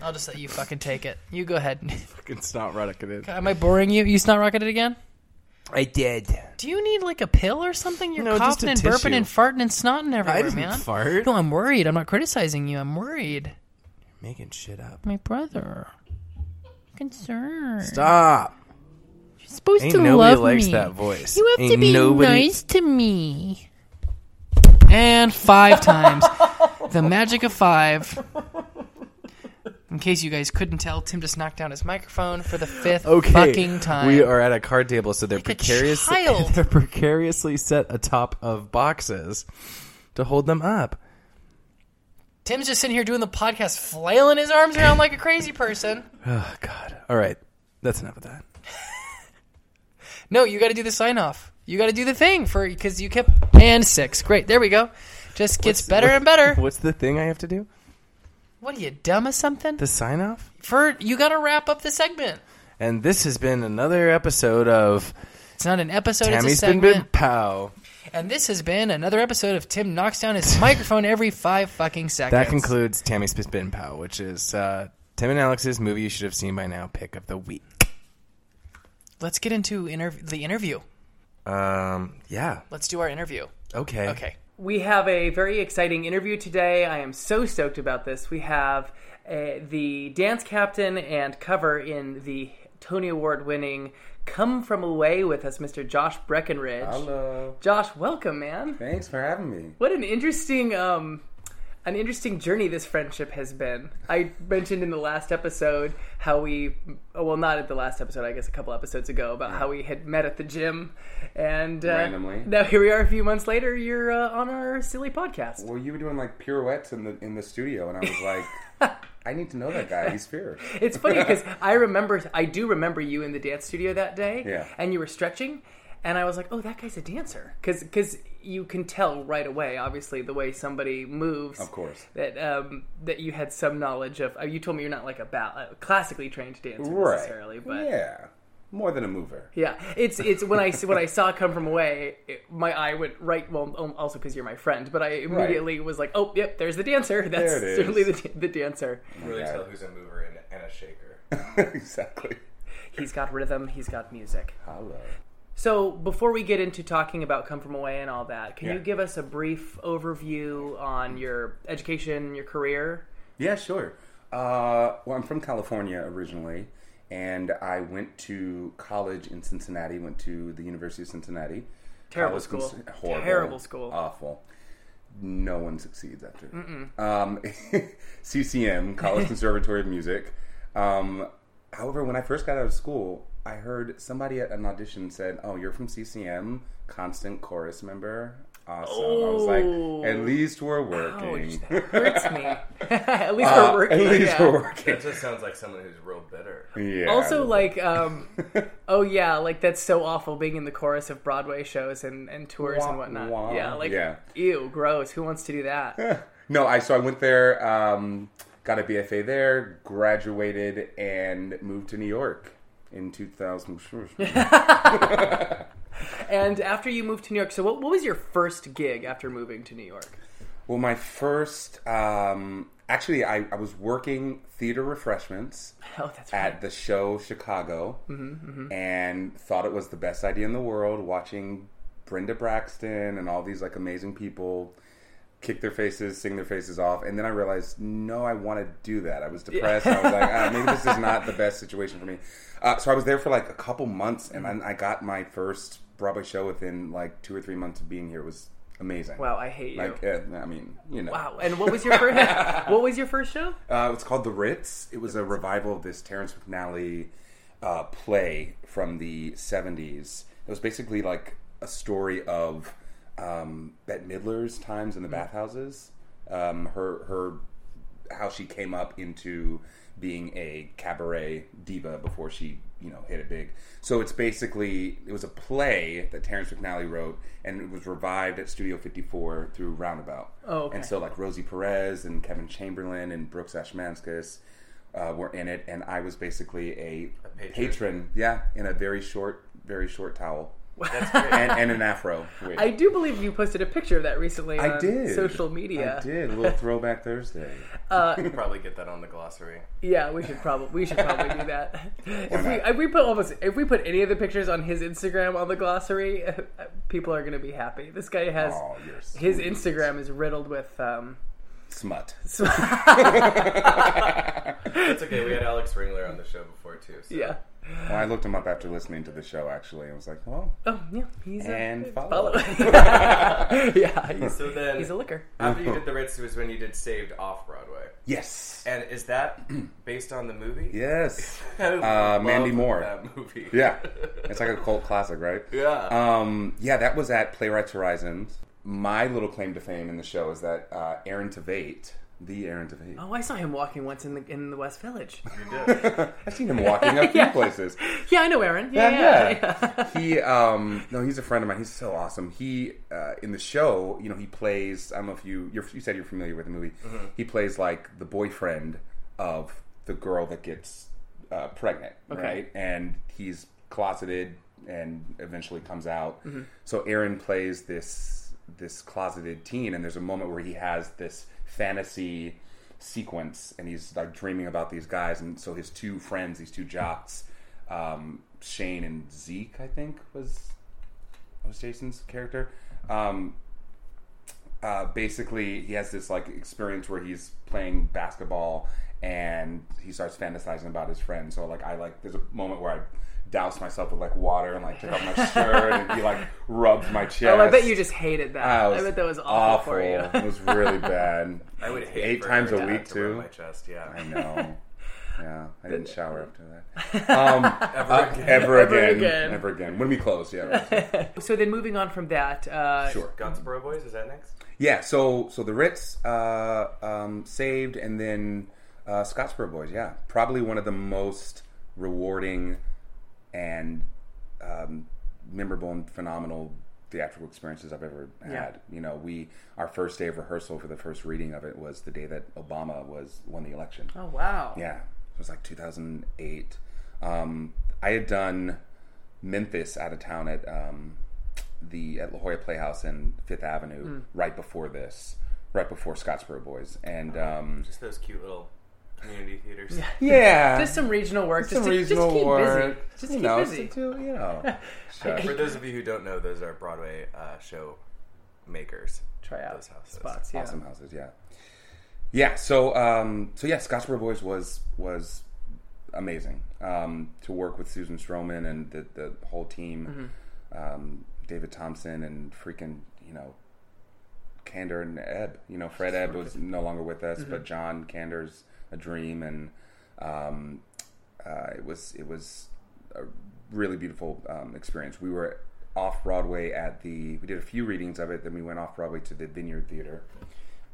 Speaker 3: I'll just let you fucking take it. You go ahead.
Speaker 2: Fucking snot rocket it.
Speaker 3: Am I boring you? You snot rocketed again?
Speaker 2: I did.
Speaker 3: Do you need like a pill or something? You're
Speaker 2: No, just
Speaker 3: coughing
Speaker 2: a
Speaker 3: and burping
Speaker 2: tissue.
Speaker 3: and farting and snotting everywhere,
Speaker 2: I didn't
Speaker 3: man.
Speaker 2: fart.
Speaker 3: No, I'm worried. I'm not criticizing you. I'm worried.
Speaker 2: Making shit up.
Speaker 3: My brother. Concerned.
Speaker 2: Stop.
Speaker 3: You're supposed
Speaker 2: Ain't
Speaker 3: to
Speaker 2: nobody
Speaker 3: love
Speaker 2: likes
Speaker 3: me.
Speaker 2: that voice.
Speaker 3: You have to
Speaker 2: Ain't
Speaker 3: be
Speaker 2: nobody-
Speaker 3: nice to me. And five times. the magic of five. In case you guys couldn't tell, Tim just knocked down his microphone for the fifth
Speaker 2: Okay.
Speaker 3: fucking time.
Speaker 2: We are at a card table, so they're
Speaker 3: a
Speaker 2: precariously
Speaker 3: child.
Speaker 2: they're precariously set atop of boxes to hold them up.
Speaker 3: Tim's just sitting here doing the podcast, flailing his arms around like a crazy person.
Speaker 2: Oh God. All right. That's enough of that.
Speaker 3: No, you got to do the sign off. You got to do the thing for because you kept and six. Great, there we go. Just gets better and better.
Speaker 2: What's the thing I have to do?
Speaker 3: What are you dumb or something?
Speaker 2: The sign off?
Speaker 3: For you got to wrap up the segment.
Speaker 2: And this has been another episode of
Speaker 3: It's not an episode.
Speaker 2: Tammy's
Speaker 3: it's a
Speaker 2: Been
Speaker 3: segment.
Speaker 2: Been Pow.
Speaker 3: And this has been another episode of Tim knocks down his microphone every five fucking seconds.
Speaker 2: That concludes Tammy's Been Been Pow, which is uh, Tim and Alex's movie you should have seen by now pick of the week.
Speaker 3: Let's get into interv- the interview.
Speaker 2: Um. Yeah.
Speaker 3: Let's do our interview.
Speaker 2: Okay.
Speaker 3: Okay. We have a very exciting interview today. I am so stoked about this. We have uh, the dance captain and cover in the Tony Award winning Come From Away with us, Mr. Josh Breckenridge.
Speaker 1: Hello.
Speaker 3: Josh, welcome, man.
Speaker 1: Thanks for having me.
Speaker 3: What an interesting. Um, an interesting journey this friendship has been. I mentioned in the last episode how we, oh, well, not at the last episode, I guess a couple episodes ago, about how we had met at the gym, and uh,
Speaker 1: Randomly.
Speaker 3: now here we are a few months later. You're uh, on our silly podcast.
Speaker 1: Well, you were doing like pirouettes in the in the studio, and I was like, I need to know that guy. He's fierce.
Speaker 3: It's funny because I remember, I do remember you in the dance studio that day,
Speaker 1: Yeah.
Speaker 3: and you were stretching, and I was like, "Oh, that guy's a dancer," because you can tell right away, obviously, the way somebody moves.
Speaker 1: Of course.
Speaker 3: that um, that you had some knowledge of. Uh, you told me you're not like a, ba- a classically trained dancer
Speaker 1: Right.
Speaker 3: necessarily, but
Speaker 1: yeah, more than a mover.
Speaker 3: Yeah, it's it's when I when I saw Come From Away, it, my eye went right. Well, um, also because you're my friend, but I immediately was like, "Oh, yep, there's the dancer. That's
Speaker 1: There it is.
Speaker 3: certainly the, the dancer.
Speaker 2: Really
Speaker 1: tell
Speaker 2: who's a mover and, and a shaker.
Speaker 1: exactly.
Speaker 3: He's got rhythm. He's got music."
Speaker 1: Hello.
Speaker 3: So before we get into talking about Come From Away and all that, can
Speaker 1: Yeah.
Speaker 3: you give us a brief overview on your education, your career?
Speaker 1: Yeah, sure. Uh, well, I'm from California originally, and I went to college in Cincinnati. Went to the University of Cincinnati.
Speaker 3: Terrible
Speaker 1: College
Speaker 3: school.
Speaker 1: cons- horrible.
Speaker 3: Terrible school.
Speaker 1: Awful. No one succeeds after. Um, CCM, College Conservatory of Music. Um, however, when I first got out of school, I heard somebody at an audition said, "Oh, you're from CCM, constant chorus member." Awesome. I was
Speaker 3: Oh.
Speaker 1: like, "At least we're
Speaker 3: Ouch,
Speaker 1: working."
Speaker 3: that hurts me. at least
Speaker 1: Uh,
Speaker 3: we're working.
Speaker 1: At least
Speaker 3: yeah.
Speaker 1: we're working.
Speaker 5: That just sounds like someone who's real bitter.
Speaker 1: Yeah.
Speaker 3: also like um oh yeah like that's so awful being in the chorus of broadway shows and, and tours and
Speaker 1: Wah,
Speaker 3: whatnot
Speaker 1: wah.
Speaker 3: yeah like
Speaker 1: Yeah.
Speaker 3: ew gross who wants to do that
Speaker 1: no, I so I went there, um, got a BFA there, graduated, and moved to New York in 2000.
Speaker 3: and after you moved to new york so what, what was your first gig after moving to new york
Speaker 1: Well, my first, um, actually, I, I was working theater refreshments
Speaker 6: Oh, that's
Speaker 1: at the show Chicago
Speaker 3: Mm-hmm,
Speaker 1: and thought it was the best idea in the world watching Brenda Braxton and all these like amazing people kick their faces, sing their faces off. And then I realized, no, I want to do that. I was depressed. I was like, ah, maybe this is not the best situation for me. Uh, so I was there for like a couple months and I, I got my first Broadway show within like two or three months of being here. It was amazing.
Speaker 3: Wow, I hate you.
Speaker 1: Like, eh, I mean, you know.
Speaker 3: wow. And what was your first? what was your first show?
Speaker 1: Uh, it's called The Ritz. It was a revival of this Terrence McNally uh, play from the 70s. It was basically like a story of um, Bette Midler's times in the bathhouses, um, her, her, how she came up into being a cabaret diva before she, you know, hit it big. So it's basically, it was a play that Terrence McNally wrote and it was revived at Studio 54 through Roundabout.
Speaker 3: Oh, okay.
Speaker 1: And so so like Rosie Perez and Kevin Chamberlain and Brooks Ashmanskas uh, were in it, and I was basically a,
Speaker 2: patron.
Speaker 1: patron. yeah, in a very short, very short towel
Speaker 2: That's great.
Speaker 1: and, and an afro. wig.
Speaker 3: I do believe you posted a picture of that recently
Speaker 1: I
Speaker 3: on social media.
Speaker 1: I did a little throwback Thursday.
Speaker 2: You probably get that on the glossary.
Speaker 3: Yeah, we should probably we should probably do that. if we
Speaker 1: not?
Speaker 3: if we put almost if we put any of the pictures on his Instagram on the glossary, people are gonna be happy. This guy has
Speaker 1: Oh, you're
Speaker 3: his
Speaker 1: sweet.
Speaker 3: Instagram is riddled with um,
Speaker 1: smut.
Speaker 2: That's okay. We had Alex Ringler on the show before too. So.
Speaker 3: yeah.
Speaker 1: Well, I looked him up after listening to the show actually, and was like, well,
Speaker 3: Oh yeah, he's a
Speaker 1: and follow.
Speaker 3: follow. yeah, he's,
Speaker 2: So then,
Speaker 3: he's a liquor.
Speaker 2: after you did the Ritz, was when you did Saved Off Broadway.
Speaker 1: Yes,
Speaker 2: And is that based on the movie?
Speaker 1: yes,
Speaker 2: I
Speaker 1: Uh,
Speaker 2: love
Speaker 1: Mandy Moore.
Speaker 2: That movie.
Speaker 1: yeah. It's like a cult classic, right?
Speaker 2: Yeah.
Speaker 1: Um, yeah, that was at Playwrights Horizons. My little claim to fame in the show is that uh, Aaron Tveit, the Aaron Tveit,
Speaker 3: Oh, I saw him walking once in the in the West Village.
Speaker 1: I've seen him walking a few places.
Speaker 3: Yeah, I know Aaron. Yeah, yeah. yeah.
Speaker 1: yeah. he, um, no, he's a friend of mine. He's so awesome. He, uh, in the show, you know, he plays. I don't know if you you're, you said you're familiar with the movie. He plays like the boyfriend of the girl that gets uh, pregnant, right? And he's closeted and eventually comes out. So Aaron plays this this closeted teen, and there's a moment where he has this fantasy sequence and he's like dreaming about these guys and so his two friends these two jocks um, shane and zeke i think was was jason's character um, uh, basically he has this like experience where he's playing basketball and he starts fantasizing about his friend so like i like there's a moment where i douse myself with like water and like took off my shirt and he like rubs my chest Ah,
Speaker 3: Oh, I bet you just hated that.
Speaker 1: I,
Speaker 3: I bet that was awful, for you.
Speaker 1: it was really bad
Speaker 2: I would hate
Speaker 1: eight
Speaker 2: for
Speaker 1: times
Speaker 2: her
Speaker 1: a
Speaker 2: to
Speaker 1: week
Speaker 2: have to rub
Speaker 1: too
Speaker 2: My chest. Yeah.
Speaker 1: I know. Yeah, I didn't shower after that. Um,
Speaker 2: Ever
Speaker 1: uh,
Speaker 2: again.
Speaker 1: ever,
Speaker 3: Ever
Speaker 1: again,
Speaker 3: again.
Speaker 1: ever again. When we close, yeah, right.
Speaker 3: So then moving on from that, uh,
Speaker 1: sure.
Speaker 2: Gainsborough Boys. Is that next?
Speaker 1: Yeah, so so the Ritz uh, um, saved, and then uh, Scottsboro Boys. Yeah, probably one of the most rewarding and um, memorable and phenomenal theatrical experiences I've ever had. You know, we our first day of rehearsal for the first reading of it was the day that Obama was won the election.
Speaker 3: Oh wow.
Speaker 1: Yeah, it was like 2008. Um, I had done Memphis out of town at um, the at La Jolla Playhouse in Fifth Avenue
Speaker 3: Hmm.
Speaker 1: right before this, right before Scottsboro Boys, and
Speaker 3: Oh,
Speaker 1: um,
Speaker 2: Just those cute little community theaters. Yeah.
Speaker 1: yeah,
Speaker 3: Just some regional work.
Speaker 1: some
Speaker 3: just to,
Speaker 1: reasonable
Speaker 3: just keep
Speaker 1: work.
Speaker 3: Busy. Just
Speaker 1: you
Speaker 3: keep
Speaker 1: know,
Speaker 3: busy.
Speaker 1: to do- you know, shucks.
Speaker 2: For those of you who don't know, those are Broadway uh, show makers.
Speaker 3: Try out
Speaker 2: Those houses.
Speaker 3: spots. Yeah.
Speaker 1: awesome houses. Yeah, yeah. So, um, so yeah, Scottsboro Boys was was amazing um, to work with Susan Stroman and the the whole team, um, David Thompson and freaking you know, Candor and Ebb. You know, Fred Ebb was no longer with us,
Speaker 3: Mm-hmm.
Speaker 1: but John Candor's a dream, and um, uh, it was it was a really beautiful um, experience. We were off Broadway at the we did a few readings of it, then we went off Broadway to the Vineyard Theater,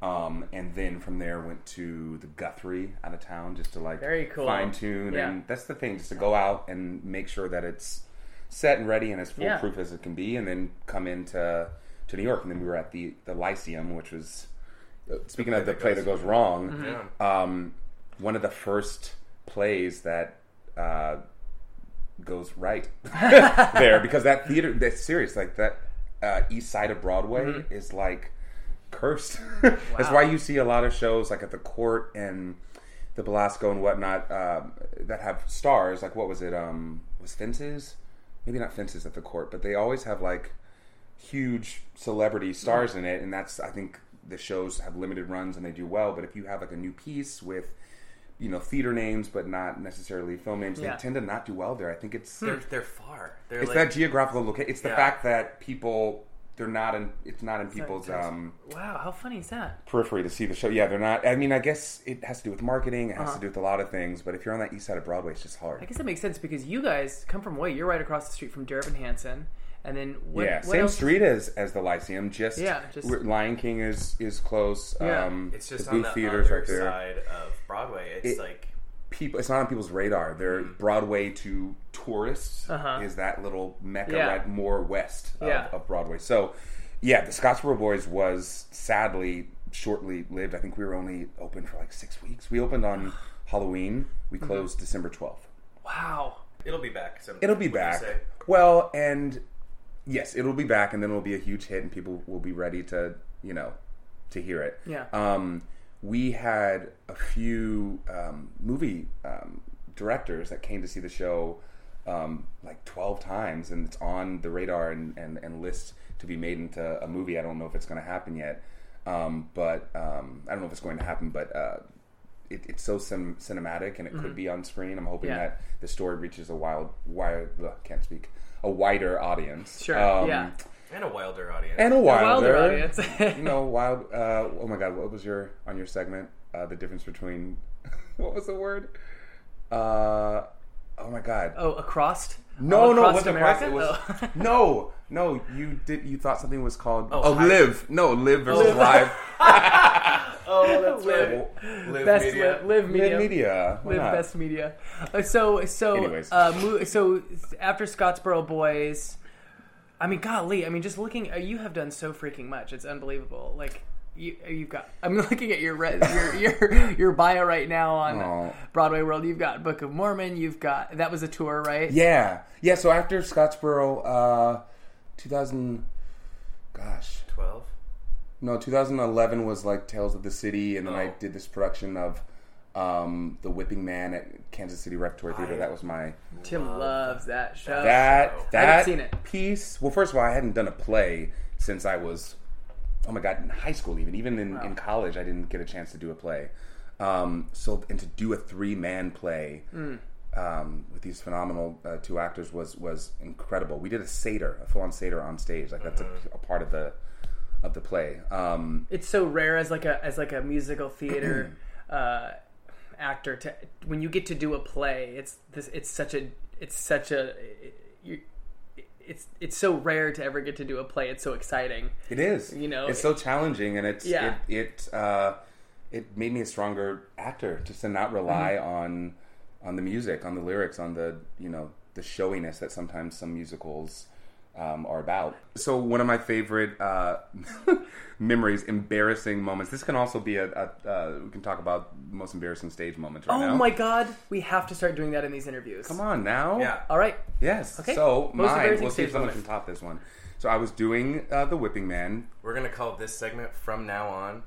Speaker 1: um, and then from there went to the Guthrie out of town just to like
Speaker 3: Very cool.
Speaker 1: fine tune.
Speaker 3: Yeah.
Speaker 1: And that's the thing, just to go out and make sure that it's set and ready and as
Speaker 3: Yeah.
Speaker 1: foolproof as it can be, and then come into to New York, and then we were at the the Lyceum, which was uh, speaking of the play that goes wrong um, one of the first plays that uh, goes right there because that theater that's serious like that uh, east side of broadway is like cursed. That's why you see a lot of shows like at the court and the Belasco and whatnot um that have stars. Like what was it? Um, was fences? Maybe not fences at the court, but they always have like huge celebrity stars in it, and that's I think the shows have limited runs and they do well. But if you have like a new piece with you know theater names, but not necessarily film names,
Speaker 3: Yeah.
Speaker 1: they tend to not do well there. I think it's
Speaker 2: They're, they're far. They're
Speaker 1: it's
Speaker 2: like,
Speaker 1: that geographical location. It's the
Speaker 2: Yeah.
Speaker 1: fact that people they're not in. It's not in people's
Speaker 3: that's-
Speaker 1: um,
Speaker 3: Wow, how funny is that?
Speaker 1: periphery to see the show. Yeah, they're not. I mean, I guess it has to do with marketing. It has to do with a lot of things. But if you're on that east side of Broadway, it's just hard.
Speaker 3: I guess that makes sense because you guys come from Way. You're right across the street from Durbin Hanson, and then what,
Speaker 1: yeah,
Speaker 3: what
Speaker 1: same
Speaker 3: else-
Speaker 1: street as as the Lyceum. Just
Speaker 3: Yeah, just-
Speaker 1: we're- Lion King is is close.
Speaker 3: Yeah.
Speaker 1: Um,
Speaker 2: It's just
Speaker 1: the
Speaker 2: on
Speaker 1: Booth
Speaker 2: the
Speaker 1: Theater's
Speaker 2: other
Speaker 1: right there.
Speaker 2: side of Broadway. It's
Speaker 1: It-
Speaker 2: like Mm-hmm.
Speaker 1: People, it's not on people's radar. They're Broadway to tourists
Speaker 3: Uh-huh.
Speaker 1: is that little mecca
Speaker 3: Yeah.
Speaker 1: right more west of,
Speaker 3: Yeah.
Speaker 1: of Broadway. So, yeah, the Scottsboro Boys was sadly shortly lived. I think we were only open for like six weeks. We opened on Halloween. We
Speaker 3: Mm-hmm.
Speaker 1: closed December twelfth.
Speaker 3: Wow.
Speaker 2: it'll be back. Someday,
Speaker 1: It'll be
Speaker 2: would you
Speaker 1: back.
Speaker 2: say?
Speaker 1: Well, and yes, it'll be back, and then it'll be a huge hit, and people will be ready to, you know, to hear it.
Speaker 3: Yeah.
Speaker 1: Um, we had a few um, movie um, directors that came to see the show um, like 12 times, and it's on the radar and, and, and list to be made into a movie. I don't know if it's going to happen yet, um, but um, I don't know if it's going to happen, but. Uh, it, it's so cin- cinematic and it could be on screen. I'm hoping
Speaker 3: Mm-hmm. Yeah.
Speaker 1: that the story reaches a wild, wild, ugh, can't speak, a wider audience. Um,
Speaker 3: Sure, yeah.
Speaker 2: And a wilder audience.
Speaker 1: And a wilder,
Speaker 3: wilder audience.
Speaker 1: you know, wild. Uh, oh my God, what was your on your segment? Uh, the difference between what was the word? Uh, oh my God.
Speaker 3: Oh, across?
Speaker 1: No,
Speaker 3: All
Speaker 1: no,
Speaker 3: across
Speaker 1: it wasn't
Speaker 3: America?
Speaker 1: It was
Speaker 3: Oh.
Speaker 1: no, no. You did. You thought something was called oh,
Speaker 2: hi.
Speaker 1: live. No, live versus live.
Speaker 3: oh, that's live,
Speaker 1: live
Speaker 2: Live
Speaker 3: best
Speaker 2: media.
Speaker 3: Live, live media.
Speaker 1: media. Why
Speaker 3: Live
Speaker 1: not?
Speaker 3: best media. Uh, so so
Speaker 1: Anyways.
Speaker 3: uh, mo- so after Scottsboro Boys, I mean, golly, I mean, just looking, uh, you have done so freaking much. It's unbelievable. Like you, uh, you've got. I'm looking at your re- your, your your bio right now on
Speaker 1: Aw.
Speaker 3: Broadway World. You've got Book of Mormon. You've got that was a tour, right?
Speaker 1: Yeah, yeah. So after Scottsboro, uh, 2000. Gosh,
Speaker 2: Twelve.
Speaker 1: No, 2011 was like Tales of the City, and then I
Speaker 2: Oh.
Speaker 1: did this production of um, The Whipping Man at Kansas City Repertory Theater.
Speaker 2: I-
Speaker 1: That was my
Speaker 3: Tim loves that show.
Speaker 1: that that
Speaker 3: seen it.
Speaker 1: piece. Well, first of all, I hadn't done a play since I was oh my god in high school. Even even in, in college, I didn't get a chance to do a play. Um, so and to do a three man play
Speaker 3: Hmm.
Speaker 1: um, with these phenomenal uh, two actors was was incredible. We did a satyr, a full on satyr on stage. Like that's
Speaker 3: Mm-hmm.
Speaker 1: a, a part of the of the play. Um,
Speaker 3: it's so rare as like a as like a musical theater uh, actor to when you get to do a play. It's this. It's such a. It's such a. You, it's it's so rare to ever get to do a play. It's so exciting.
Speaker 1: It is.
Speaker 3: You know,
Speaker 1: it's so challenging, and it's
Speaker 3: Yeah.
Speaker 1: it it uh, it made me a stronger actor just to not rely
Speaker 3: Mm-hmm.
Speaker 1: on on the music, on the lyrics, on the you know the showiness that sometimes some musicals um, are about. So one of my favorite uh, memories, embarrassing moments. This can also be a, a uh, we can talk about most embarrassing stage moments. Right
Speaker 3: Oh
Speaker 1: now.
Speaker 3: my god, we have to start doing that in these interviews.
Speaker 1: Come on now,
Speaker 2: Yeah.
Speaker 3: All right.
Speaker 1: yes.
Speaker 3: Okay.
Speaker 1: So
Speaker 3: Most
Speaker 1: mine.
Speaker 3: embarrassing
Speaker 1: We'll see if
Speaker 3: stage
Speaker 1: someone
Speaker 3: moment.
Speaker 1: can top this one. So I was doing uh, the Whipping Man.
Speaker 2: We're gonna call this segment from now on.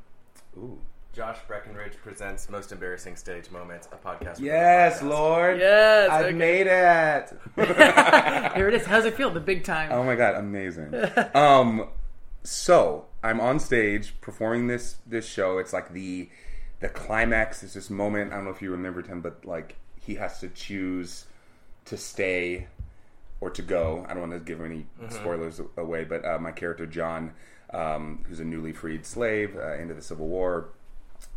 Speaker 1: Ooh.
Speaker 2: Josh Breckenridge presents most embarrassing stage moments. A podcast. within a
Speaker 1: Yes,
Speaker 2: podcast.
Speaker 1: Lord.
Speaker 3: Yes.
Speaker 1: I've
Speaker 3: okay.
Speaker 1: made it.
Speaker 3: Here it is. How's it feel? The big time.
Speaker 1: Oh my god, amazing. um so, I'm on stage performing this this show. It's like the the climax is this moment. I don't know if you remember Tim, but like he has to choose to stay or to go. I don't want to give any spoilers away, but uh, my character John, um, who's a newly freed slave, uh, end of the Civil War,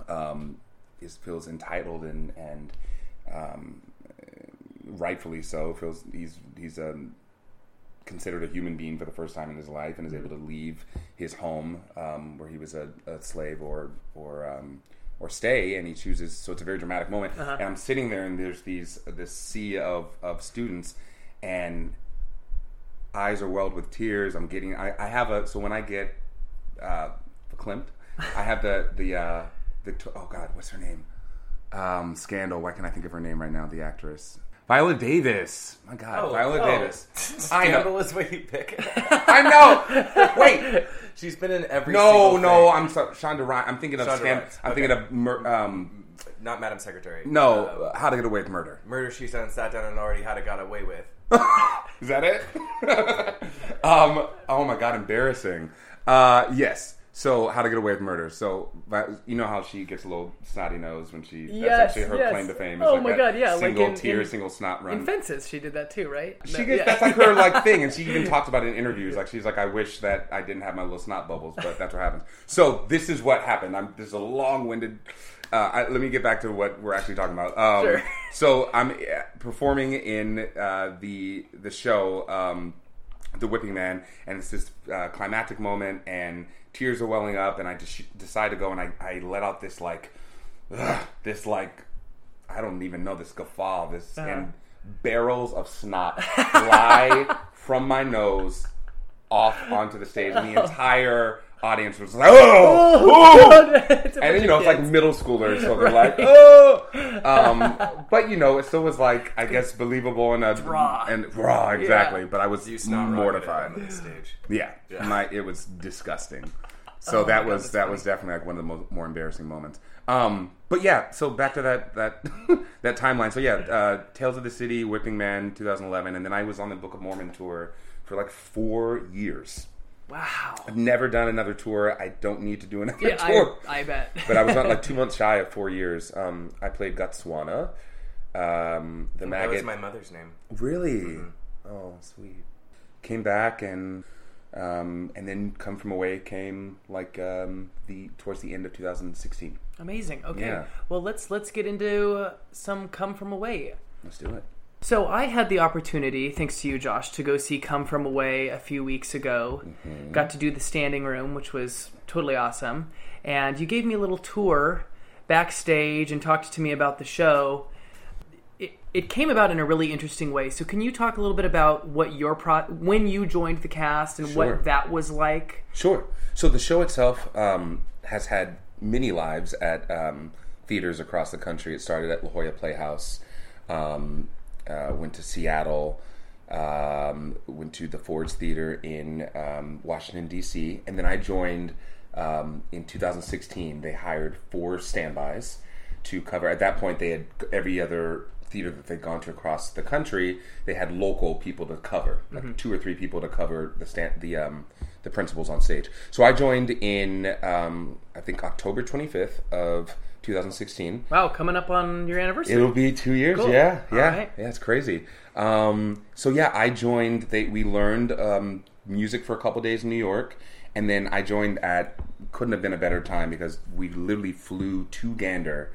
Speaker 1: um, is feels entitled and and um, rightfully so feels he's he's um, considered a human being for the first time in his life and is able to leave his home um, where he was a, a slave or or um, or stay and he chooses so it's a very dramatic moment and I'm sitting there and there's these uh, this sea of of students and eyes are welled with tears I'm getting I, I have a so when I get uh, verklempt I have the the uh, Victor- oh god what's her name um, Scandal. Why can't I think of her name right now? The actress. Viola Davis. My God, Viola Davis. I know.
Speaker 2: Scandal is what you pick.
Speaker 1: I know. Wait,
Speaker 2: She's been in every.
Speaker 1: No,
Speaker 2: single
Speaker 1: no,
Speaker 2: thing.
Speaker 1: I'm sorry, Shonda Rhimes. I'm thinking of
Speaker 2: Shonda
Speaker 1: Sam.
Speaker 2: Rhimes,
Speaker 1: I'm
Speaker 2: okay.
Speaker 1: thinking of mur- um,
Speaker 2: not Madam Secretary.
Speaker 1: no,
Speaker 2: Uh,
Speaker 1: How to Get Away with Murder.
Speaker 2: Murder She Done Sat Down and Already Had It Got Away With.
Speaker 1: Is that it? um, oh my god, embarrassing. Uh, yes. So, How to Get Away with Murder. So, that- you know how she gets a little snotty nose when she.
Speaker 3: Yes,
Speaker 1: that's actually her
Speaker 3: yes.
Speaker 1: claim to fame. is
Speaker 3: Oh
Speaker 1: like
Speaker 3: my
Speaker 1: that
Speaker 3: God, yeah, like
Speaker 1: Single
Speaker 3: in-
Speaker 1: tear,
Speaker 3: in-
Speaker 1: single snot run.
Speaker 3: In Fences, she did that too, right?
Speaker 1: she
Speaker 3: No,
Speaker 1: gets,
Speaker 3: yeah.
Speaker 1: That's like her like thing, and she even talks about it in interviews. Like she's like, I wish that I didn't have my little snot bubbles, but that's what happens. So this is what happened. I'm this is a long winded. Uh, I, let me get back to what we're actually talking about. Um,
Speaker 3: Sure.
Speaker 1: So I'm uh, performing in uh, the the show, um, The Whipping Man, and it's this uh, climactic moment, and tears are welling up, and I just decide to go, and I, I let out this like, ugh, this like, I don't even know this guffaw, this
Speaker 3: Uh-huh.
Speaker 1: and barrels of snot fly from my nose off onto the stage, and
Speaker 3: Oh.
Speaker 1: the entire audience was like, oh,
Speaker 3: It's
Speaker 1: oh!"
Speaker 3: a
Speaker 1: and
Speaker 3: bunch
Speaker 1: then, you know
Speaker 3: of
Speaker 1: it's like
Speaker 3: kids.
Speaker 1: middle schoolers, so they're like, oh. Um, but you know, it still was like I guess believable and a
Speaker 3: raw.
Speaker 1: and raw exactly. But I was
Speaker 2: You snot
Speaker 1: mortified.
Speaker 2: on the stage.
Speaker 1: Yeah, my it was disgusting. So that was that was definitely like one of the mo- more embarrassing moments. Um, but yeah, so back to that that that timeline. So yeah, uh, Tales of the City, Whipping Man, 2011, and then I was on the Book of Mormon tour for like four years.
Speaker 3: wow.
Speaker 1: I've never done another tour. I don't need to do another
Speaker 3: Yeah,
Speaker 1: tour.
Speaker 3: I, I bet.
Speaker 1: but I was not like two months shy of four years. Um, I played Gutsuana, um, the
Speaker 2: That was
Speaker 1: maggot.
Speaker 2: my mother's name.
Speaker 1: Really? Oh, sweet. Came back and um, and then Come From Away came like um, the towards the end of 2016.
Speaker 3: Amazing. Okay.
Speaker 1: Yeah.
Speaker 3: Well, let's let's get into uh, some come from away.
Speaker 1: Let's do it.
Speaker 3: So I had the opportunity, thanks to you, Josh, to go see Come From Away a few weeks ago. Got to do the standing room, which was totally awesome. And you gave me a little tour backstage and talked to me about the show. It, it came about in a really interesting way. So can you talk a little bit about what your pro when you joined the cast and
Speaker 1: Sure.
Speaker 3: what that was like?
Speaker 1: Sure. So the show itself um, has had many lives at um, theaters across the country. It started at La Jolla Playhouse, um, uh, went to Seattle, um, went to the Ford's Theater in um, Washington, D.C., and then I joined um, in 2016. They hired four standbys to cover. At that point, they had every other theater that they'd gone to across the country. They had local people to cover, like two or three people to cover the stand, the um, the principals on stage. So I joined in um, I think October 25th of 2016.
Speaker 3: Wow, coming up on your anniversary.
Speaker 1: It'll be two years.
Speaker 3: Cool.
Speaker 1: Yeah,
Speaker 3: All
Speaker 1: yeah,
Speaker 3: right.
Speaker 1: yeah. It's crazy. Um, so yeah, I joined. They we learned um, music for a couple days in New York, and then I joined at couldn't have been a better time because we literally flew to Gander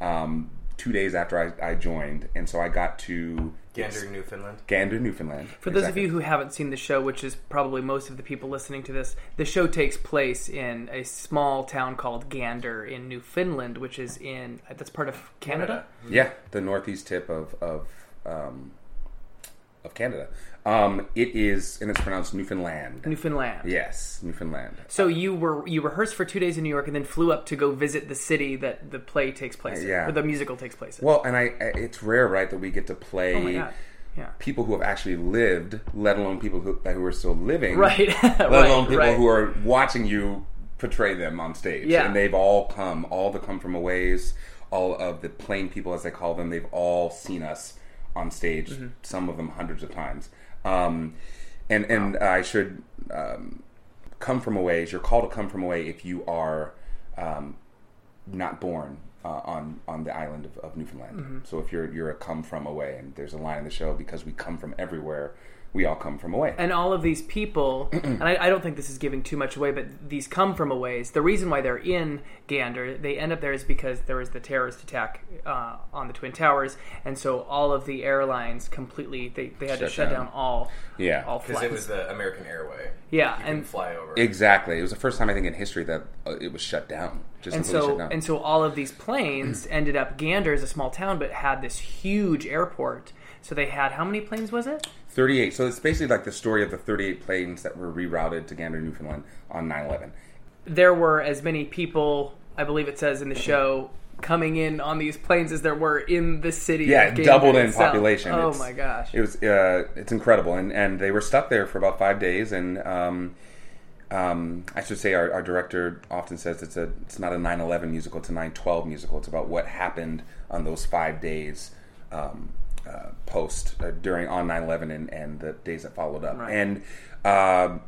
Speaker 1: um, two days after I, I joined, and so I got to
Speaker 2: Gander, Newfoundland.
Speaker 1: Gander, Newfoundland.
Speaker 3: For those of you who haven't seen the show, which is probably most of the people listening to this, the show takes place in a small town called Gander in Newfoundland, which is in that's part of Canada.
Speaker 1: Yeah, the northeast tip of of um, of Canada. Um, it is, and it's pronounced Newfoundland.
Speaker 3: Newfoundland.
Speaker 1: yes, Newfoundland.
Speaker 3: So you were you rehearsed for two days in New York and then flew up to go visit the city that the play takes place in,
Speaker 1: Yeah.
Speaker 3: or the musical takes place in.
Speaker 1: Well, and I, I- it's rare, right, that we get to play
Speaker 3: oh my god. Yeah.
Speaker 1: people who have actually lived, let alone people who, who are still living,
Speaker 3: Right.
Speaker 1: Let alone people who are watching you portray them on stage,
Speaker 3: Yeah.
Speaker 1: and they've all come, all the come from aways, all of the plain people as they call them, they've all seen us on stage,
Speaker 3: Mm-hmm.
Speaker 1: some of them hundreds of times. Um, and and I should um, come from aways. You're called to come from away if you are um, not born uh, on on the island of, of Newfoundland.
Speaker 3: Mm-hmm.
Speaker 1: So if you're you're a come from away, and there's a line in the show because we come from everywhere, we all come from away.
Speaker 3: and all of these people, and I, I don't think this is giving too much away, but these come from aways. The reason why they're in Gander, they end up there, is because there was the terrorist attack uh, on the Twin Towers, and so all of the airlines completely they, they had to
Speaker 1: Shut
Speaker 3: shut down,
Speaker 1: down.
Speaker 3: all
Speaker 1: Yeah.
Speaker 3: all
Speaker 2: Because
Speaker 3: flights.
Speaker 2: it was the American Airway.
Speaker 3: yeah,
Speaker 2: You can
Speaker 3: and
Speaker 2: fly over.
Speaker 1: exactly. It was the first time I think in history that uh, it was shut down. Just
Speaker 3: and
Speaker 1: completely
Speaker 3: so
Speaker 1: shut down.
Speaker 3: and so all of these planes ended up Gander is a small town, but had this huge airport. So they had how many planes was it?
Speaker 1: 38. So it's basically like the story of the 38 planes that were rerouted to Gander, Newfoundland on 9/11.
Speaker 3: there were as many people, I believe it says in the show, coming in on these planes as there were in the city.
Speaker 1: Yeah,
Speaker 3: of
Speaker 1: it
Speaker 3: Gander
Speaker 1: doubled in
Speaker 3: itself.
Speaker 1: population.
Speaker 3: Oh
Speaker 1: It's-
Speaker 3: my gosh!
Speaker 1: It was uh, it's incredible, and and they were stuck there for about five days, and um, Um, I should say our, our director often says it's a it's not a 9/11 musical, it's a 9/12 musical. It's about what happened on those five days um, uh, post uh, during on 9/11 and, and the days that followed up.
Speaker 3: Right.
Speaker 1: And uh,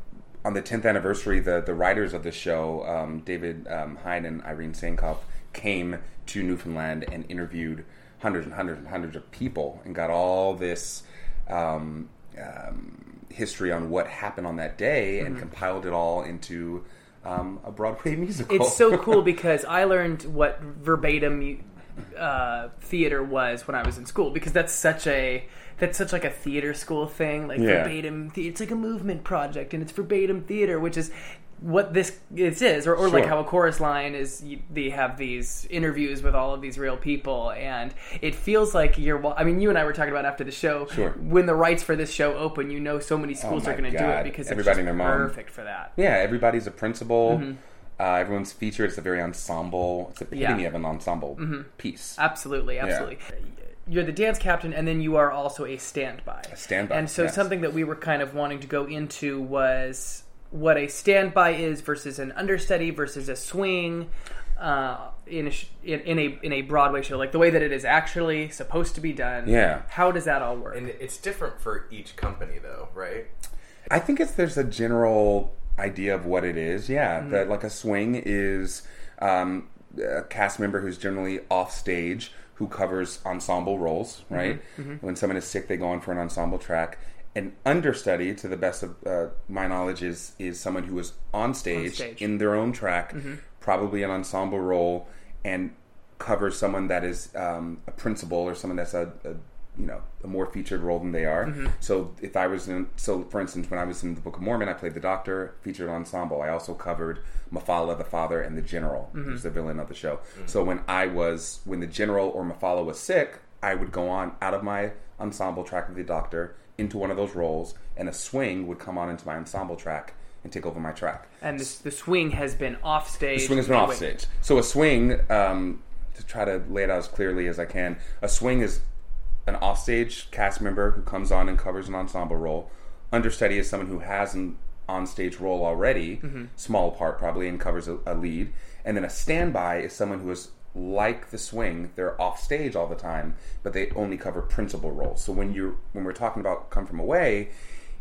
Speaker 1: on the 10th anniversary, the the writers of the show, um, David um, Hein and Irene Sankoff, came to Newfoundland and interviewed hundreds and hundreds and hundreds of people and got all this. Um, um, history on what happened on that day and
Speaker 3: Mm-hmm.
Speaker 1: compiled it all into um, a Broadway musical.
Speaker 3: It's so cool because I learned what verbatim uh, theater was when I was in school because that's such a that's such like a theater school thing like
Speaker 1: Yeah.
Speaker 3: verbatim the- it's like a movement project and it's verbatim theater which is what this this is or, or like
Speaker 1: Sure.
Speaker 3: how a chorus line is you, they have these interviews with all of these real people and it feels like you're wa- I mean you and I were talking about after the show
Speaker 1: Sure. Oh
Speaker 3: when the rights for this show open you know so many schools
Speaker 1: my
Speaker 3: are going to do
Speaker 1: God.
Speaker 3: it because
Speaker 1: Everybody
Speaker 3: it's just
Speaker 1: and their mom.
Speaker 3: perfect for that
Speaker 1: yeah, everybody's a principal. Uh, everyone's featured. It's a very ensemble. It's the
Speaker 3: Mm-hmm.
Speaker 1: epitome
Speaker 3: Yeah. Mm-hmm.
Speaker 1: of an ensemble piece.
Speaker 3: Absolutely, absolutely. You're the dance captain, and then you are also a standby. A
Speaker 1: standby,
Speaker 3: And so,
Speaker 1: yes.
Speaker 3: something that we were kind of wanting to go into was what a standby is versus an understudy versus a swing uh, in, a sh- in, in a in a Broadway show, like the way that it is actually supposed to be done.
Speaker 1: Yeah.
Speaker 3: How does that all work?
Speaker 2: And it's different for each company, though, right?
Speaker 1: I think it's there's a general idea of what it is. Yeah, that like a swing is um, a cast member who's generally off stage who covers ensemble roles. Right, when someone is sick, they go on for an ensemble track. An understudy, to the best of uh, my knowledge, is is someone who is on stage,
Speaker 3: stage.
Speaker 1: in their own track, probably an ensemble role, and covers someone that is um, a principal or someone that's a, a you know a more featured role than they are. So if I was in, so for instance, when I was in the Book of Mormon, I played the Doctor, featured ensemble. I also covered Mafala, the father, and the General, who's the villain of the show. So when I was when the General or Mafala was sick, I would go on out of my ensemble track with the Doctor into one of those roles, and a swing would come on into my ensemble track and take over my track.
Speaker 3: and this, the swing has been off stage.
Speaker 1: The swing has been
Speaker 3: Oh,
Speaker 1: off
Speaker 3: wait.
Speaker 1: stage. So a swing, um, to try to lay it out as clearly as I can, a swing is an offstage cast member who comes on and covers an ensemble role. Understudy is someone who has an onstage role already, small part probably, and covers a, a lead. And then a standby is someone who is like the swing; they're off stage all the time, but they only cover principal roles. So when you when we're talking about Come From Away,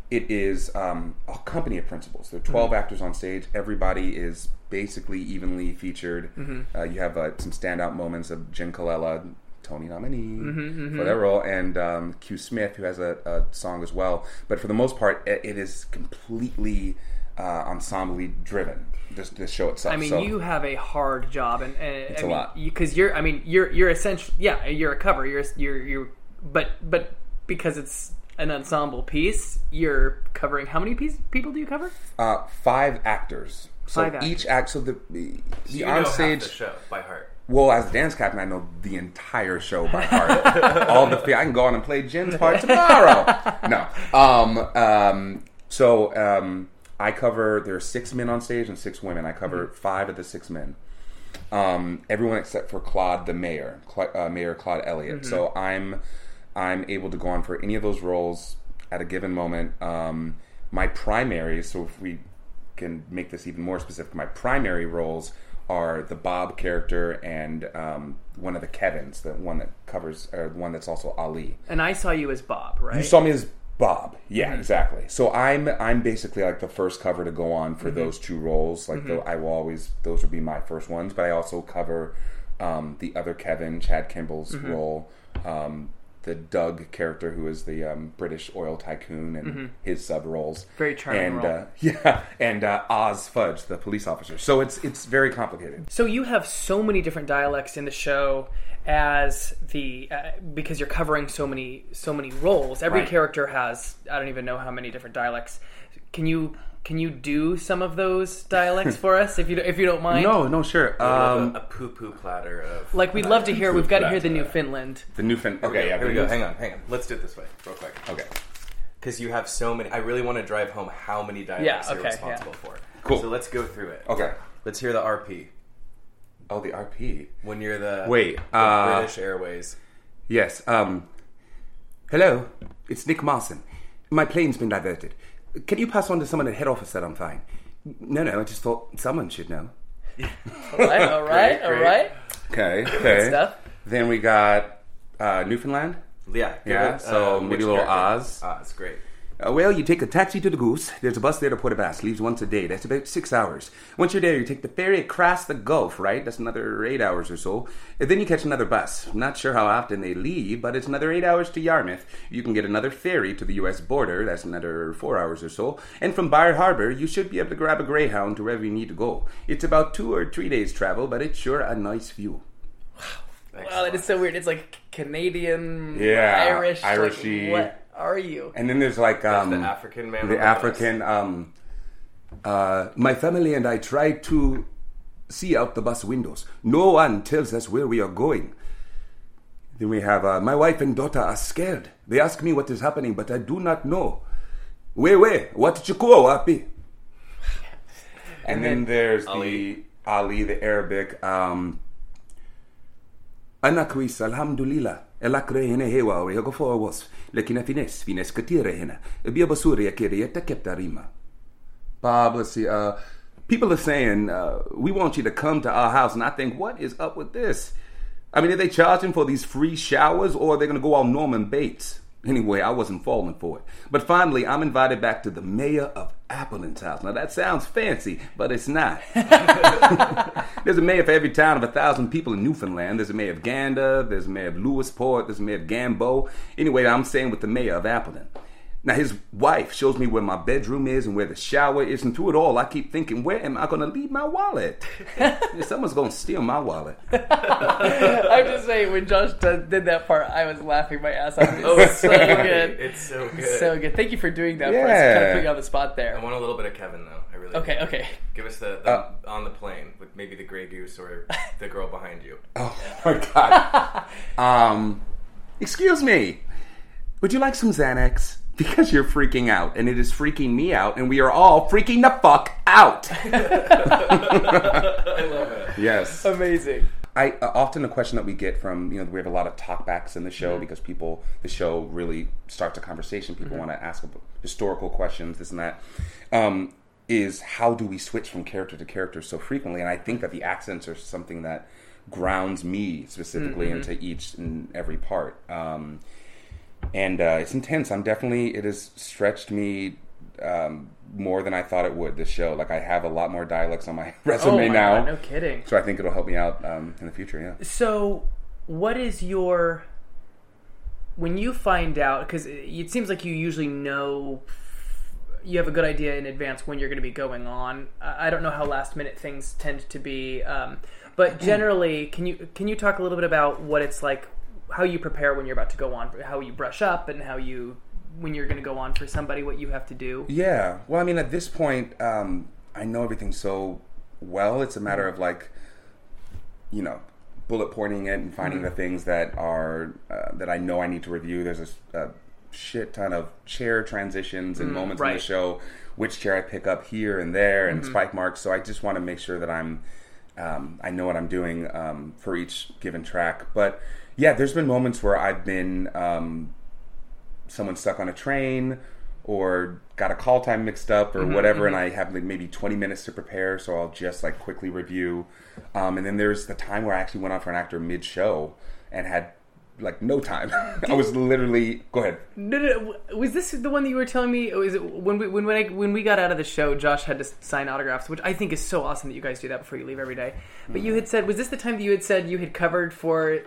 Speaker 1: it is um, a company of principals. There are
Speaker 3: Mm-hmm.
Speaker 1: 12 actors on stage. Everybody is basically evenly featured.
Speaker 3: Mm-hmm.
Speaker 1: Uh, you have uh, some standout moments of Jen Colella, Tony nominee
Speaker 3: Mm-hmm,
Speaker 1: for that role, and um, Q Smith, who has a, a song as well. But for the most part, it, it is completely uh, ensemble driven, this, this show itself.
Speaker 3: I mean,
Speaker 1: So-
Speaker 3: you have a hard job, and, and
Speaker 1: It's
Speaker 3: I
Speaker 1: a
Speaker 3: mean,
Speaker 1: lot.
Speaker 3: because you, are I mean, you're you're essentially, yeah, you're a cover. You're you're you're, but but because it's an ensemble piece, you're covering how many piece, people do you cover?
Speaker 1: uh, five actors. So
Speaker 3: Five
Speaker 1: each act, so the the, the
Speaker 2: You know
Speaker 1: on
Speaker 2: half
Speaker 1: stage
Speaker 2: the show by heart.
Speaker 1: Well, as a dance captain, I know the entire show by heart. All the I can go on and play Jen's part tomorrow. No, um, um, so um, I cover. There are six men on stage and six women. I cover five of the six men. Um, everyone except for Claude, the mayor, Cla- uh, Mayor Claude Elliott. So I'm I'm able to go on for any of those roles at a given moment. Um, my primary, so if we can make this even more specific, my primary roles are the Bob character and um, one of the Kevins, the one that covers, or the one that's also Ali.
Speaker 3: And I saw you as Bob, right?
Speaker 1: You saw me as Bob. Yeah, exactly. So I'm I'm basically like the first cover to go on for those two roles. Like tho- I will always those would be my first ones, but I also cover um, the other Kevin Chad Kimball's role, um, the Doug character who is the um, British oil tycoon and his sub roles.
Speaker 3: Very charming
Speaker 1: And
Speaker 3: role.
Speaker 1: uh, yeah, and uh, Oz Fudge, the police officer. So it's it's very complicated.
Speaker 3: So you have so many different dialects in the show as the uh, because you're covering so many so many roles. Every
Speaker 1: Right.
Speaker 3: character has I don't even know how many different dialects. Can you can you do some of those dialects for us if you if you don't mind?
Speaker 1: No, no, sure.
Speaker 2: a,
Speaker 1: Um,
Speaker 2: a poo-poo platter of.
Speaker 3: Like we'd love to hear. We've got to hear the new Finland.
Speaker 1: the Newfoundland. Okay, yeah,
Speaker 2: Here
Speaker 1: the
Speaker 2: we go.
Speaker 1: Newf-
Speaker 2: Hang on, hang on. Let's do it this way, real quick.
Speaker 1: Okay,
Speaker 2: Because you have so many. I really want to drive home how many dialects
Speaker 3: Yeah,
Speaker 2: you're
Speaker 3: okay,
Speaker 2: responsible for.
Speaker 1: Cool.
Speaker 2: So let's go through it.
Speaker 1: okay.
Speaker 2: Let's hear the RP.
Speaker 1: Oh, the RP.
Speaker 2: When you're the
Speaker 1: Wait,
Speaker 2: the
Speaker 1: uh,
Speaker 2: British Airways.
Speaker 1: Yes. Um. Hello, it's Nick Marson. My plane's been diverted. Can you pass on to someone at head office that I'm fine? No, no, I just thought someone should know.
Speaker 3: All right, all right, all right.
Speaker 1: Okay, okay.
Speaker 3: Stuff.
Speaker 1: Then we got uh, Newfoundland.
Speaker 2: Yeah. give
Speaker 1: Yeah,
Speaker 2: it, uh,
Speaker 1: so maybe
Speaker 2: which
Speaker 1: a little
Speaker 2: character?
Speaker 1: Oz.
Speaker 2: Oz, great.
Speaker 1: Uh, well, you take a taxi to the Goose. There's a bus there to Port of Bass. Leaves once a day. That's about six hours. Once you're there, you take the ferry across the Gulf, right? That's another eight hours or so. And then you catch another bus. Not sure how often they leave, but it's another eight hours to Yarmouth. You can get another ferry to the U.S. border. That's another four hours or so. And from Bar Harbor, you should be able to grab a Greyhound to wherever you need to go. It's about two or three days' travel, but it's sure a nice view.
Speaker 3: Wow, that is so weird. It's like Canadian,
Speaker 1: Yeah,
Speaker 3: Irish, like,
Speaker 1: Irishy.
Speaker 3: what are you?
Speaker 1: And then there's like um,
Speaker 2: the African man. on
Speaker 1: the
Speaker 2: bus.
Speaker 1: African. Um, uh, my family and I try to see out the bus windows. No one tells us where we are going. Then we have uh, my wife and daughter are scared. They ask me what is happening, but I do not know. Where, where? What chikuo wapi? And then there's
Speaker 2: Ali.
Speaker 1: the Ali, the Arabic. Um, Anakwis, alhamdulillah. Elakre hene hewa or yago for was. Lekina fines, fines katire hena. Ebia basuri akere yeta kepta rima. Bob, let's see. Uh, people are saying, uh, we want you to come to our house. And I think, what is up with this? I mean, are they charging for these free showers or are they going to go all Norman Bates? Anyway, I wasn't falling for it. But finally, I'm invited back to the mayor of Appleton's house. Now, that sounds fancy, but it's not. There's a mayor for every town of a thousand people in Newfoundland. There's a mayor of Gander. There's a mayor of Lewisport. There's a mayor of Gambo. Anyway, I'm staying with the mayor of Appleton. Now his wife shows me where my bedroom is and where the shower is, and through it all, I keep thinking, where am I going to leave my wallet? Someone's going to steal my wallet.
Speaker 3: I'm just saying, when Josh does, did that part, I was laughing my ass off.
Speaker 1: Oh,
Speaker 3: It's so good.
Speaker 2: It's so good.
Speaker 3: It's so good. Thank you for doing that. For us. Kind of
Speaker 1: Yeah.
Speaker 3: put you on the spot
Speaker 2: I
Speaker 3: there.
Speaker 2: want a little bit of Kevin though. I really.
Speaker 3: Okay,
Speaker 2: do.
Speaker 3: okay.
Speaker 2: Give us the, the
Speaker 1: Uh,
Speaker 2: on the plane with maybe the gray goose or the girl behind you.
Speaker 1: Oh my god. um, excuse me. Would you like some Xanax? Because you're freaking out, and it is freaking me out, and we are all freaking the fuck out.
Speaker 2: I love it.
Speaker 1: Yes.
Speaker 3: Amazing.
Speaker 1: I uh, often a question that we get from you know we have a lot of talkbacks in the show
Speaker 3: Mm-hmm.
Speaker 1: because people the show really starts a conversation. People want to ask about historical questions, this and that. Um, is how do we switch from character to character so frequently? And I think that the accents are something that grounds me specifically
Speaker 3: Mm-hmm.
Speaker 1: into each and every part. Um, and uh, it's intense. I'm definitely it has stretched me um, more than I thought it would. This show, like I have a lot more dialects on my
Speaker 3: Oh my
Speaker 1: resume now.
Speaker 3: God, no kidding.
Speaker 1: So I think it'll help me out um, in the future. Yeah.
Speaker 3: So, what is your when you find out? Because it it seems like you usually know you have a good idea in advance when you're going to be going on. I I don't know how last minute things tend to be, um, but generally, can you can you talk a little bit about what it's like, how you prepare when you're about to go on, how you brush up, and how you when you're going to go on for somebody, what you have to do?
Speaker 1: Yeah. Well, I mean, at this point, um, I know everything so well. It's a matter of like, you know, bullet pointing it and finding the things that are uh, that I know I need to review. There's a, s- a shit ton of chair transitions and moments in
Speaker 3: right.
Speaker 1: the show, which chair I pick up here and there, and spike marks. So I just want to make sure that I'm. Um, I know what I'm doing um, for each given track, but yeah, there's been moments where I've been um, someone stuck on a train or got a call time mixed up or whatever and i have like maybe 20 minutes to prepare so i'll just like quickly review um, and then there's the time where i actually went on for an actor mid-show and had like no time i was literally go ahead
Speaker 3: No, no, no. Was this the one that you were telling me? Or Is it when we when when, I, when we got out of the show? Josh had to sign autographs, which I think is so awesome that you guys do that before you leave every day. But you had
Speaker 1: Mm-hmm.
Speaker 3: said, was this the time that you had said you had covered for?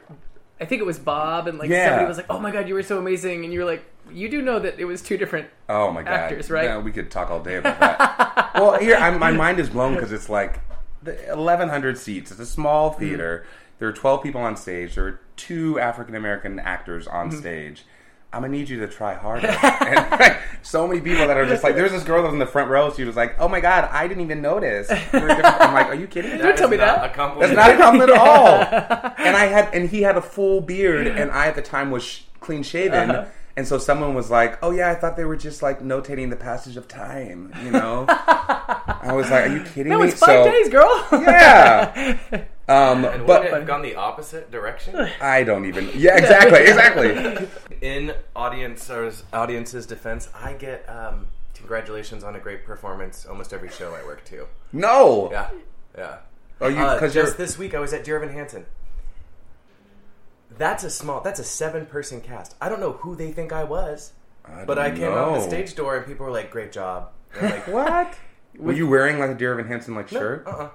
Speaker 3: I think it was Bob, and like
Speaker 1: Yeah.
Speaker 3: somebody was like, "Oh my god, you were so amazing," and you were like, "You do know that it was two different."
Speaker 1: Oh my god!
Speaker 3: Actors, right?
Speaker 1: Yeah, we could talk all day about that. well, here I'm, my mind is blown because it's like the 1,100 seats. It's a small
Speaker 3: Mm-hmm.
Speaker 1: theater. There are 12 people on stage. There are two African American actors on
Speaker 3: Mm-hmm.
Speaker 1: stage. I'm gonna need you to try harder. and like, so many people that are just like, there's this girl that was in the front row. She was like, "Oh my god, I didn't even notice." We were different- I'm like, "Are you kidding?" me?
Speaker 3: Don't tell me
Speaker 2: Not
Speaker 3: that.
Speaker 2: A compliment.
Speaker 1: That's not a compliment at all. And I had, and he had a full beard, and I at the time was sh- clean shaven. And so someone was like, "Oh yeah, I thought they were just like notating the passage of time," you know. I was like, "Are you kidding
Speaker 3: No,
Speaker 1: me?"
Speaker 3: it's five
Speaker 1: So-
Speaker 3: days, girl.
Speaker 1: Yeah. Um,
Speaker 2: And would it
Speaker 1: but
Speaker 2: have gone the opposite direction?
Speaker 1: I don't even. Yeah, exactly, exactly.
Speaker 2: In audiences, audience's defense, I get um, Congratulations on a great performance. Almost every show I work to.
Speaker 1: No.
Speaker 2: Yeah, yeah.
Speaker 1: Are you?
Speaker 2: Uh,
Speaker 1: Because
Speaker 2: just this week I was at Dear Evan Hansen. That's a small. That's a seven-person cast. I don't know who they think I was, but I came out the stage door and people were like, "Great job." And I'm like,
Speaker 1: What? Were you wearing like a Dear Evan Hansen like shirt?
Speaker 2: Uh-uh.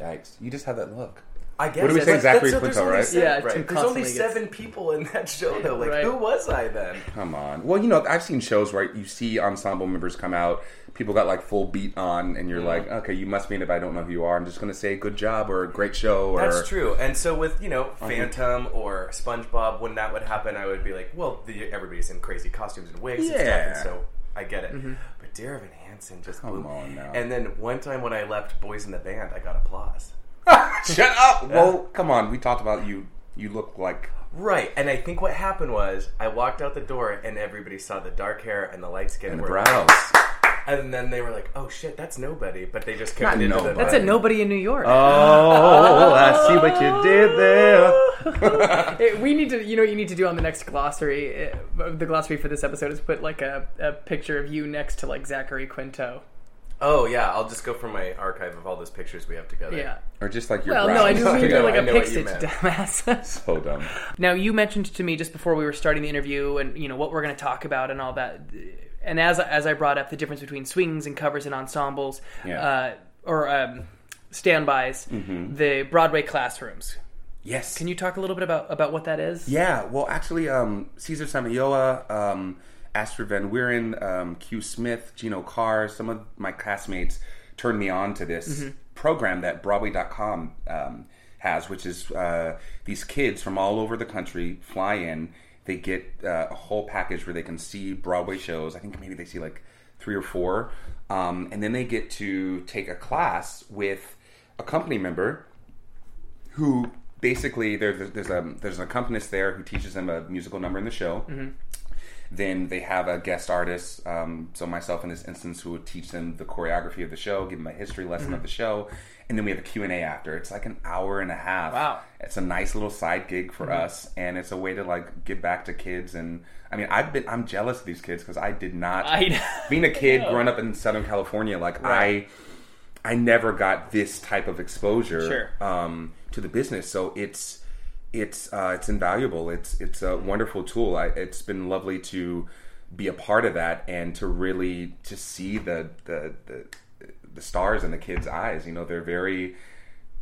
Speaker 1: Yikes! You just have that look.
Speaker 2: I guess.
Speaker 1: What do we
Speaker 2: that's- that's-
Speaker 1: say, Zachary
Speaker 2: that's- there's
Speaker 1: Quinto,
Speaker 2: only
Speaker 1: right?
Speaker 2: seven,
Speaker 3: Yeah,
Speaker 2: right.
Speaker 3: Tim
Speaker 2: There's only
Speaker 3: constantly gets-
Speaker 2: seven people in that show, though. Like,
Speaker 3: Right.
Speaker 2: who was I then?
Speaker 1: Come on. Well, you know, I've seen shows where you see ensemble members come out, people got like full beat on, and you're like, okay, you must mean if I don't know who you are, I'm just going to say good job or great show or.
Speaker 2: That's true. And so with you know Phantom or SpongeBob, when that would happen, I would be like, well, the, everybody's in crazy costumes and wigs and stuff,
Speaker 1: Yeah. Mm-hmm.
Speaker 2: and so I get it. But Dear Evan Hansen just
Speaker 1: Come
Speaker 2: blew.
Speaker 1: on now.
Speaker 2: And then one time when I left Boys in the Band, I got applause.
Speaker 1: Shut up! Well, come on. We talked about you. You look like.
Speaker 2: Right, and I think what happened was I walked out the door and everybody saw the dark hair and the light skin
Speaker 1: And the
Speaker 2: were-
Speaker 1: brows.
Speaker 2: and then they were like, "Oh shit, that's nobody." But they just
Speaker 1: Not
Speaker 2: kept it into the
Speaker 1: nobody.
Speaker 3: That's a nobody in New York.
Speaker 2: Uh,
Speaker 1: Oh, I see what you did there.
Speaker 3: Hey, we need to, you know, what you need to do on the next glossary. uh, The glossary for this episode is put like a, a picture of you next to like Zachary Quinto.
Speaker 2: Oh yeah, I'll just go from my archive of all those pictures we have together.
Speaker 3: Yeah.
Speaker 1: Or just like your
Speaker 3: Well,
Speaker 1: brows.
Speaker 3: no, I just mean
Speaker 2: Yeah,
Speaker 3: to like
Speaker 2: I
Speaker 3: a
Speaker 2: know
Speaker 3: pick
Speaker 2: what you meant.
Speaker 3: stitch, dumbass.
Speaker 1: so dumb.
Speaker 3: now you mentioned to me just before we were starting the interview, and you know what we're going to talk about and all that. And as as I brought up the difference between swings and covers and ensembles,
Speaker 1: Yeah.
Speaker 3: uh, or um, standbys, the Broadway classrooms.
Speaker 1: Yes.
Speaker 3: Can you talk a little bit about about what that is?
Speaker 1: Yeah, well, actually, um, Caesar Samayoa, um, Astrid Van Wieren, um, Q Smith, Gino Carr, some of my classmates turned me on to this program that Broadway.com um, has, which is uh, these kids from all over the country fly in. They get uh, a whole package where they can see Broadway shows. I think maybe they see like three or four. Um, and then they get to take a class with a company member who basically there, there's there's a there's an accompanist there who teaches them a musical number in the show.
Speaker 3: Mm-hmm.
Speaker 1: Then they have a guest artist, um, so myself in this instance, who would teach them the choreography of the show, give them a history lesson
Speaker 3: Mm-hmm.
Speaker 1: of the show, and then we have a Q and A after. It's like an hour and a half.
Speaker 3: Wow. Mm-hmm.
Speaker 1: It's a nice little side gig for us, and it's a way to like give back to kids. And I mean, I've been I'm jealous of these kids because I did not
Speaker 3: I-
Speaker 1: being a kid growing up in Southern California, like I, I never got this type of exposure um, to the business. So it's it's uh, it's invaluable. It's it's a wonderful tool. I, it's been lovely to be a part of that and to really to see the the the, the stars in the kids' eyes. You know, they're very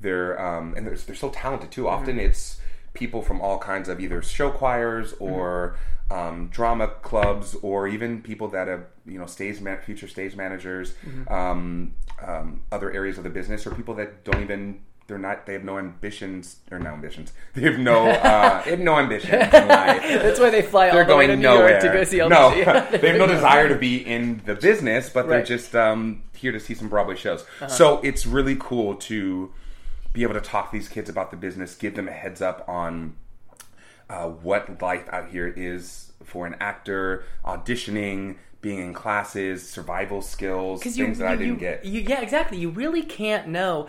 Speaker 1: they're um, and they're, they're so talented too. Often it's people from all kinds of either show choirs or um, drama clubs or even people that have you know stage man- future stage managers, um, um, other areas of the business, or people that don't even they're not they have no ambitions or no ambitions they have no uh, they have no ambition in life.
Speaker 3: That's why they fly all
Speaker 1: They're
Speaker 3: the way
Speaker 1: going
Speaker 3: to New
Speaker 1: nowhere.
Speaker 3: York to go see all
Speaker 1: no,
Speaker 3: the shows.
Speaker 1: they have no desire to be in the business, but
Speaker 3: Right.
Speaker 1: they're
Speaker 3: Uh-huh.
Speaker 1: just um, here to see some Broadway shows. So it's really cool to be able to talk to these kids about the business, give them a heads up on uh, what life out here is for an actor, auditioning, being in classes, survival skills, things that I didn't
Speaker 3: you-
Speaker 1: get.
Speaker 3: you- yeah, exactly. You really can't know.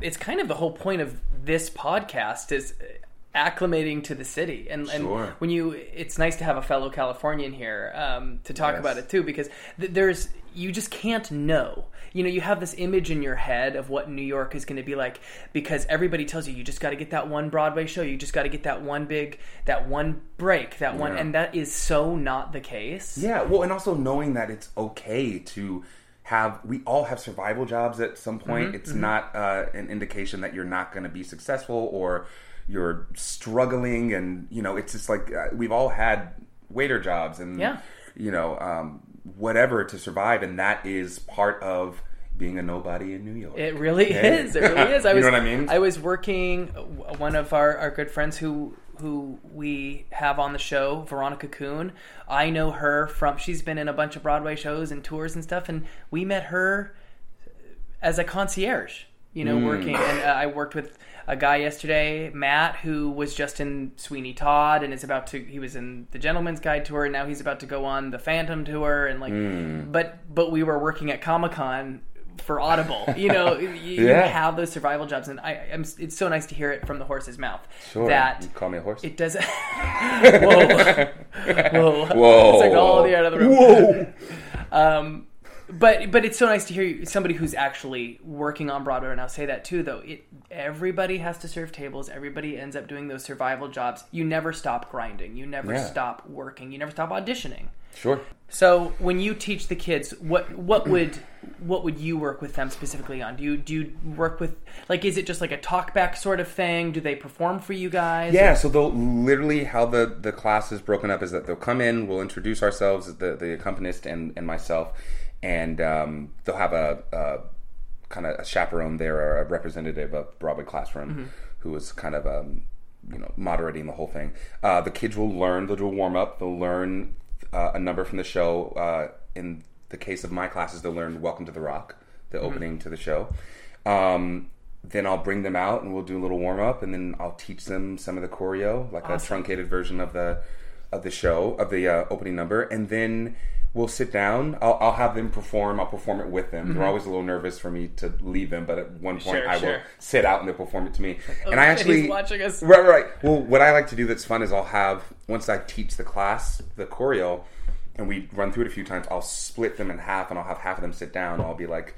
Speaker 3: It's kind of the whole point of this podcast is acclimating to the city, and, and
Speaker 1: Sure.
Speaker 3: when you, it's nice to have a fellow Californian here um, to talk
Speaker 1: Yes.
Speaker 3: about it too, because th- there's you just can't know. You know, you have this image in your head of what New York is going to be like because everybody tells you you just got to get that one Broadway show, you just got to get that one big, that one break, that one,
Speaker 1: Yeah.
Speaker 3: and that is so not the case.
Speaker 1: Yeah, well, and also knowing that it's okay to have we all have survival jobs at some
Speaker 3: Mm-hmm,
Speaker 1: point. it's not uh, an indication that you're not going to be successful or you're struggling, and you know, it's just like uh, we've all had waiter jobs and
Speaker 3: Yeah.
Speaker 1: you know um, whatever to survive, and that is part of being a nobody in New York.
Speaker 3: It really
Speaker 1: Hey.
Speaker 3: is. It really is. I
Speaker 1: You
Speaker 3: was,
Speaker 1: know what I mean?
Speaker 3: I was working w- one of our, our good friends who who we have on the show, Veronica Kuhn. I know her from she's been in a bunch of Broadway shows and tours and stuff, and we met her as a concierge. You know,
Speaker 1: Hmm.
Speaker 3: working and uh, I worked with a guy yesterday, Matt, who was just in Sweeney Todd and is about to. He was in the Gentleman's Guide tour, and now he's about to go on the Phantom tour, and like,
Speaker 1: Hmm.
Speaker 3: but but we were working at Comic Con for Audible. You know, you, you
Speaker 1: Yeah.
Speaker 3: have those survival jobs, and I, I'm. It's so nice to hear it from the horse's mouth.
Speaker 1: Sure.
Speaker 3: That
Speaker 1: you call me a horse.
Speaker 3: it does. whoa, whoa,
Speaker 1: Whoa!
Speaker 3: It's like all the out of the room.
Speaker 1: Whoa!
Speaker 3: Um,
Speaker 7: but but it's so nice to hear you, somebody who's actually working on Broadway right now say that too. Though it, everybody has to serve tables. Everybody ends up doing those survival jobs. You never stop grinding. You never
Speaker 1: Yeah.
Speaker 7: stop working. You never stop auditioning.
Speaker 1: Sure.
Speaker 7: So when you teach the kids, what what would what would you work with them specifically on? Do you do you work with like is it just like a talk back sort of thing? Do they perform for you guys?
Speaker 1: Yeah, so they'll literally how the the class is broken up is that they'll come in, we'll introduce ourselves, the the accompanist and and myself, and um, they'll have a, a kind of a chaperone there or a representative of Broadway classroom who is kind of um, you know moderating the whole thing. Uh, the kids will learn. They'll do a warm up. They'll learn uh, a number from the show. Uh, in the case of my classes, they'll learn "Welcome to the Rock," the opening to the show. Um, then I'll bring them out and we'll do a little warm up, and then I'll teach them some of the choreo, like a truncated version of the of the show of the uh, opening number, and then we'll sit down. I'll, I'll have them perform. I'll perform it with them. They're always a little nervous for me to leave them, but at one
Speaker 7: Mm-hmm.
Speaker 1: point
Speaker 7: Sure,
Speaker 1: I will
Speaker 7: sure.
Speaker 1: sit out and they'll perform it to me. and I
Speaker 7: shit,
Speaker 1: actually
Speaker 7: he's watching us.
Speaker 1: Right, right. right. Well, what I like to do that's fun is I'll have once I teach the class the choreo, and we run through it a few times. I'll split them in half, and I'll have half of them sit down. I'll be like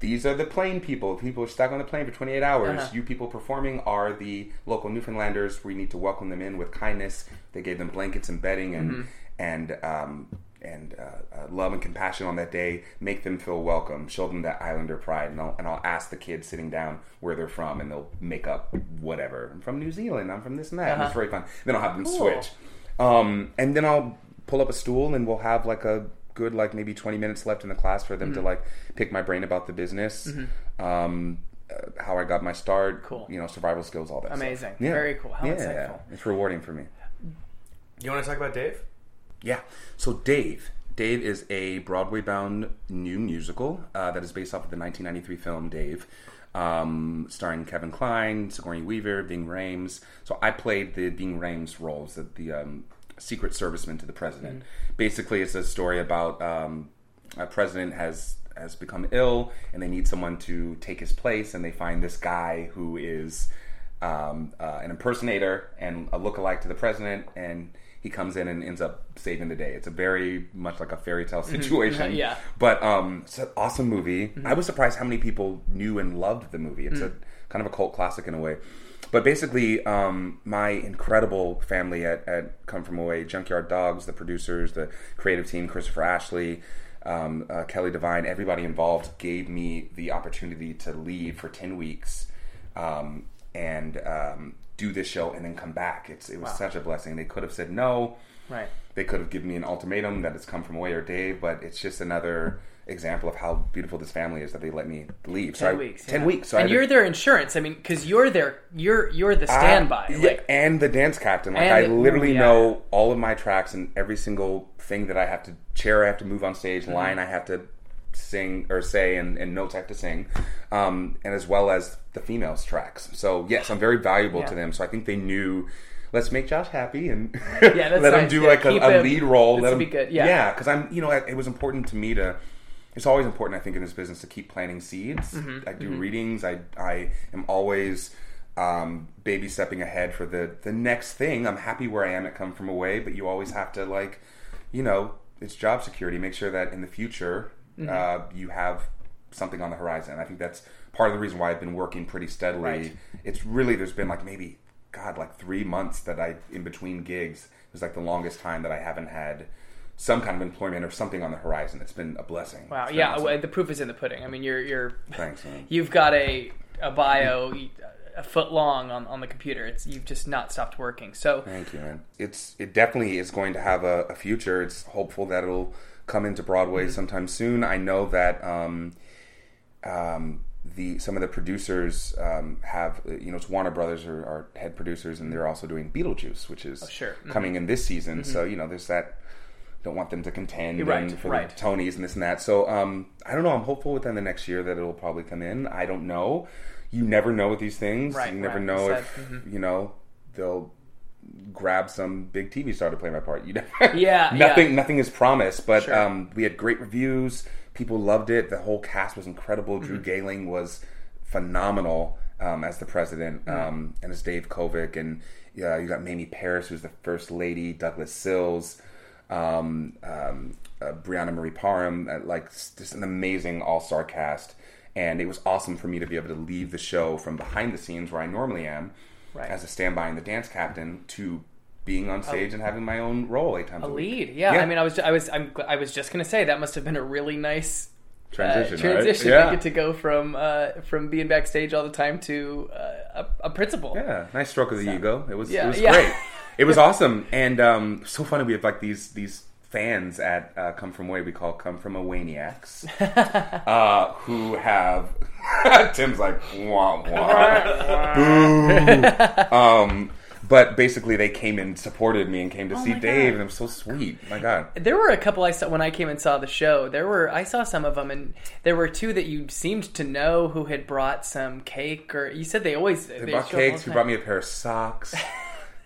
Speaker 1: these are the plane people. People are stuck on the plane for 28 hours. You people performing are the local Newfoundlanders. We need to welcome them in with kindness. They gave them blankets and bedding and and um, and uh, uh, love and compassion on that day. Make them feel welcome. Show them that Islander pride. And I'll, and I'll ask the kids sitting down where they're from, and they'll make up whatever. I'm from New Zealand. I'm from this and that. And it's very fun. Then I'll have them switch, um, and then I'll pull up a stool, and we'll have like a good like maybe 20 minutes left in the class for them
Speaker 7: Mm-hmm.
Speaker 1: to like pick my brain about the business um uh, how i got my start
Speaker 7: Cool.
Speaker 1: you know survival skills all that stuff.
Speaker 7: Amazing. Very cool. How
Speaker 1: yeah
Speaker 7: insightful.
Speaker 1: it's rewarding for me
Speaker 5: You want to talk about Dave?
Speaker 1: yeah so dave dave is a broadway bound new musical uh, that is based off of the 1993 film dave um, starring Kevin Kline, Sigourney Weaver, Ving Rhames. So I played the Ving Rhames roles, the, the um, secret serviceman to the president. Basically, it's a story about um, a president has has become ill and they need someone to take his place and they find this guy who is um, uh, an impersonator and a lookalike to the president and he comes in and ends up saving the day it's a very much like a fairy tale situation
Speaker 7: Yeah.
Speaker 1: but um it's an awesome movie i was surprised how many people knew and loved the movie it's a kind of a cult classic in a way but basically, um, my incredible family at, at Come From Away, Junkyard Dogs, the producers, the creative team, Christopher Ashley, um, uh, Kelly Devine, everybody involved gave me the opportunity to leave for 10 weeks um, and um, do this show and then come back. It's, it was such a blessing. They could have said no.
Speaker 7: Right.
Speaker 1: They could have given me an ultimatum that it's come from away or Dave, but it's just another example of how beautiful this family is that they let me leave. so
Speaker 7: Ten
Speaker 1: I-
Speaker 7: weeks.
Speaker 1: 10
Speaker 7: yeah.
Speaker 1: weeks. So I
Speaker 7: and
Speaker 1: had to-
Speaker 7: you're their insurance. I mean, because you're their you're you're the standby.
Speaker 1: Ah, yeah,
Speaker 7: Like,
Speaker 1: and the dance captain. Like
Speaker 7: And
Speaker 1: I
Speaker 7: the-
Speaker 1: literally
Speaker 7: yeah.
Speaker 1: know all of my tracks and every single thing that I have to chair. I have to move on stage,
Speaker 7: Mm-hmm.
Speaker 1: line I have to sing or say, and, and notes I have to sing, um, and as well as the females' tracks. So yes, I'm very valuable to them. So I think they knew. Let's make Josh happy and
Speaker 7: that's
Speaker 1: let him
Speaker 7: nice.
Speaker 1: do
Speaker 7: Yeah,
Speaker 1: like a,
Speaker 7: keep
Speaker 1: a
Speaker 7: him-
Speaker 1: lead role.
Speaker 7: let's
Speaker 1: Let him
Speaker 7: be good. Yeah.
Speaker 1: yeah, because I'm you know it was important to me to it's always important, I think, in this business to keep planting seeds. I do readings. I I am always um, baby stepping ahead for the the next thing. I'm happy where I am at Come From Away, but you always have to like, you know, it's job security. Make sure that in the future uh, you have something on the horizon. I think that's part of the reason why I've been working pretty steadily. It's really there's been like maybe God like three months that I in between gigs. It was like the longest time that I haven't had some kind of employment or something on the horizon. It's been a blessing.
Speaker 7: wow.
Speaker 1: It's been
Speaker 7: Yeah.
Speaker 1: awesome.
Speaker 7: well, the proof is in the pudding. I mean, you're you're
Speaker 1: Thanks, man.
Speaker 7: you've got a a bio a foot long on, on the computer. It's you've just not stopped working. So
Speaker 1: Thank you, man. It's it definitely is going to have a, a future. It's hopeful that it'll come into Broadway
Speaker 7: Mm-hmm.
Speaker 1: sometime soon. I know that um, um, the some of the producers um, have uh, you know it's Warner Brothers are, are head producers, and they're also doing Beetlejuice, which is
Speaker 7: sure. Mhm.
Speaker 1: coming in this season. So you know there's that. Don't want them to contend
Speaker 7: Right,
Speaker 1: and for
Speaker 7: right.
Speaker 1: the Tonys and this and that. So um, I don't know. I'm hopeful within the next year that it'll probably come in. I don't know. You never know with these things.
Speaker 7: Right,
Speaker 1: you never
Speaker 7: right. Mm-hmm.
Speaker 1: know
Speaker 7: So-
Speaker 1: if you know they'll grab some big TV star to play my part. You never,
Speaker 7: Yeah,
Speaker 1: nothing,
Speaker 7: yeah.
Speaker 1: nothing is promised. But
Speaker 7: Sure.
Speaker 1: um, we had great reviews. People loved it. The whole cast was incredible. Drew
Speaker 7: Mm-hmm.
Speaker 1: Galing was phenomenal um, as the president,
Speaker 7: Mm-hmm.
Speaker 1: um, and as Dave Kovic, and uh, you got Mamie Paris, who's the first lady. Douglas Sills. um, um, uh, Brianna Marie Parham, uh, like s- just an amazing all star cast. And it was awesome for me to be able to leave the show from behind the scenes where I normally am
Speaker 7: Right.
Speaker 1: as a standby and the dance captain to being on stage and having my own role eight times a,
Speaker 7: A
Speaker 1: week.
Speaker 7: lead. Yeah,
Speaker 1: Yeah.
Speaker 7: I mean, I was, I was, I'm, gl- I was just gonna say that must have been a really nice uh,
Speaker 1: Transition, right?
Speaker 7: transition.
Speaker 1: Yeah.
Speaker 7: You get to go from uh, from being backstage all the time to uh, a, a principal.
Speaker 1: Yeah, nice stroke of the ego. It was
Speaker 7: Yeah,
Speaker 1: it was
Speaker 7: yeah.
Speaker 1: great. It was awesome, and um, so funny. We have like these these fans at uh, Come From Way we call Come From Awaniacs, uh, who have Tim's like womp womp boo. Um, but basically, they came and supported me and came to see
Speaker 7: Oh my
Speaker 1: Dave,
Speaker 7: God.
Speaker 1: and I'm so sweet. My God,
Speaker 7: There were a couple I saw when I came and saw the show. There were I saw some of them, and there were two that you seemed to know who had brought some cake, or you said they always
Speaker 1: they brought cakes. Who brought me a pair of socks.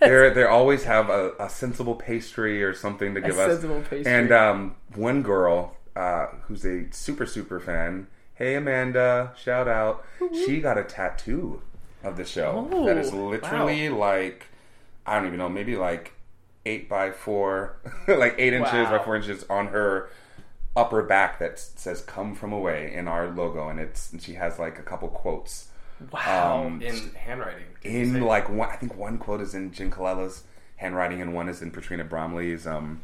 Speaker 1: They they always have a, a sensible pastry or something to give us.
Speaker 7: sensible pastry.
Speaker 1: And um, one girl uh, who's a super super fan. Hey Amanda, shout out. She got a tattoo of the show that is
Speaker 7: Oh,
Speaker 1: literally like I don't even know, maybe like eight by four, like eight inches by
Speaker 7: Wow.
Speaker 1: four inches on her upper back that s- says "Come from away" in our logo, and it's and she has like a couple quotes.
Speaker 7: Wow.
Speaker 1: Um,
Speaker 5: in handwriting.
Speaker 1: in like one, I think one quote is in Jim Colella's handwriting and one is in Patrina Bromley's. Um,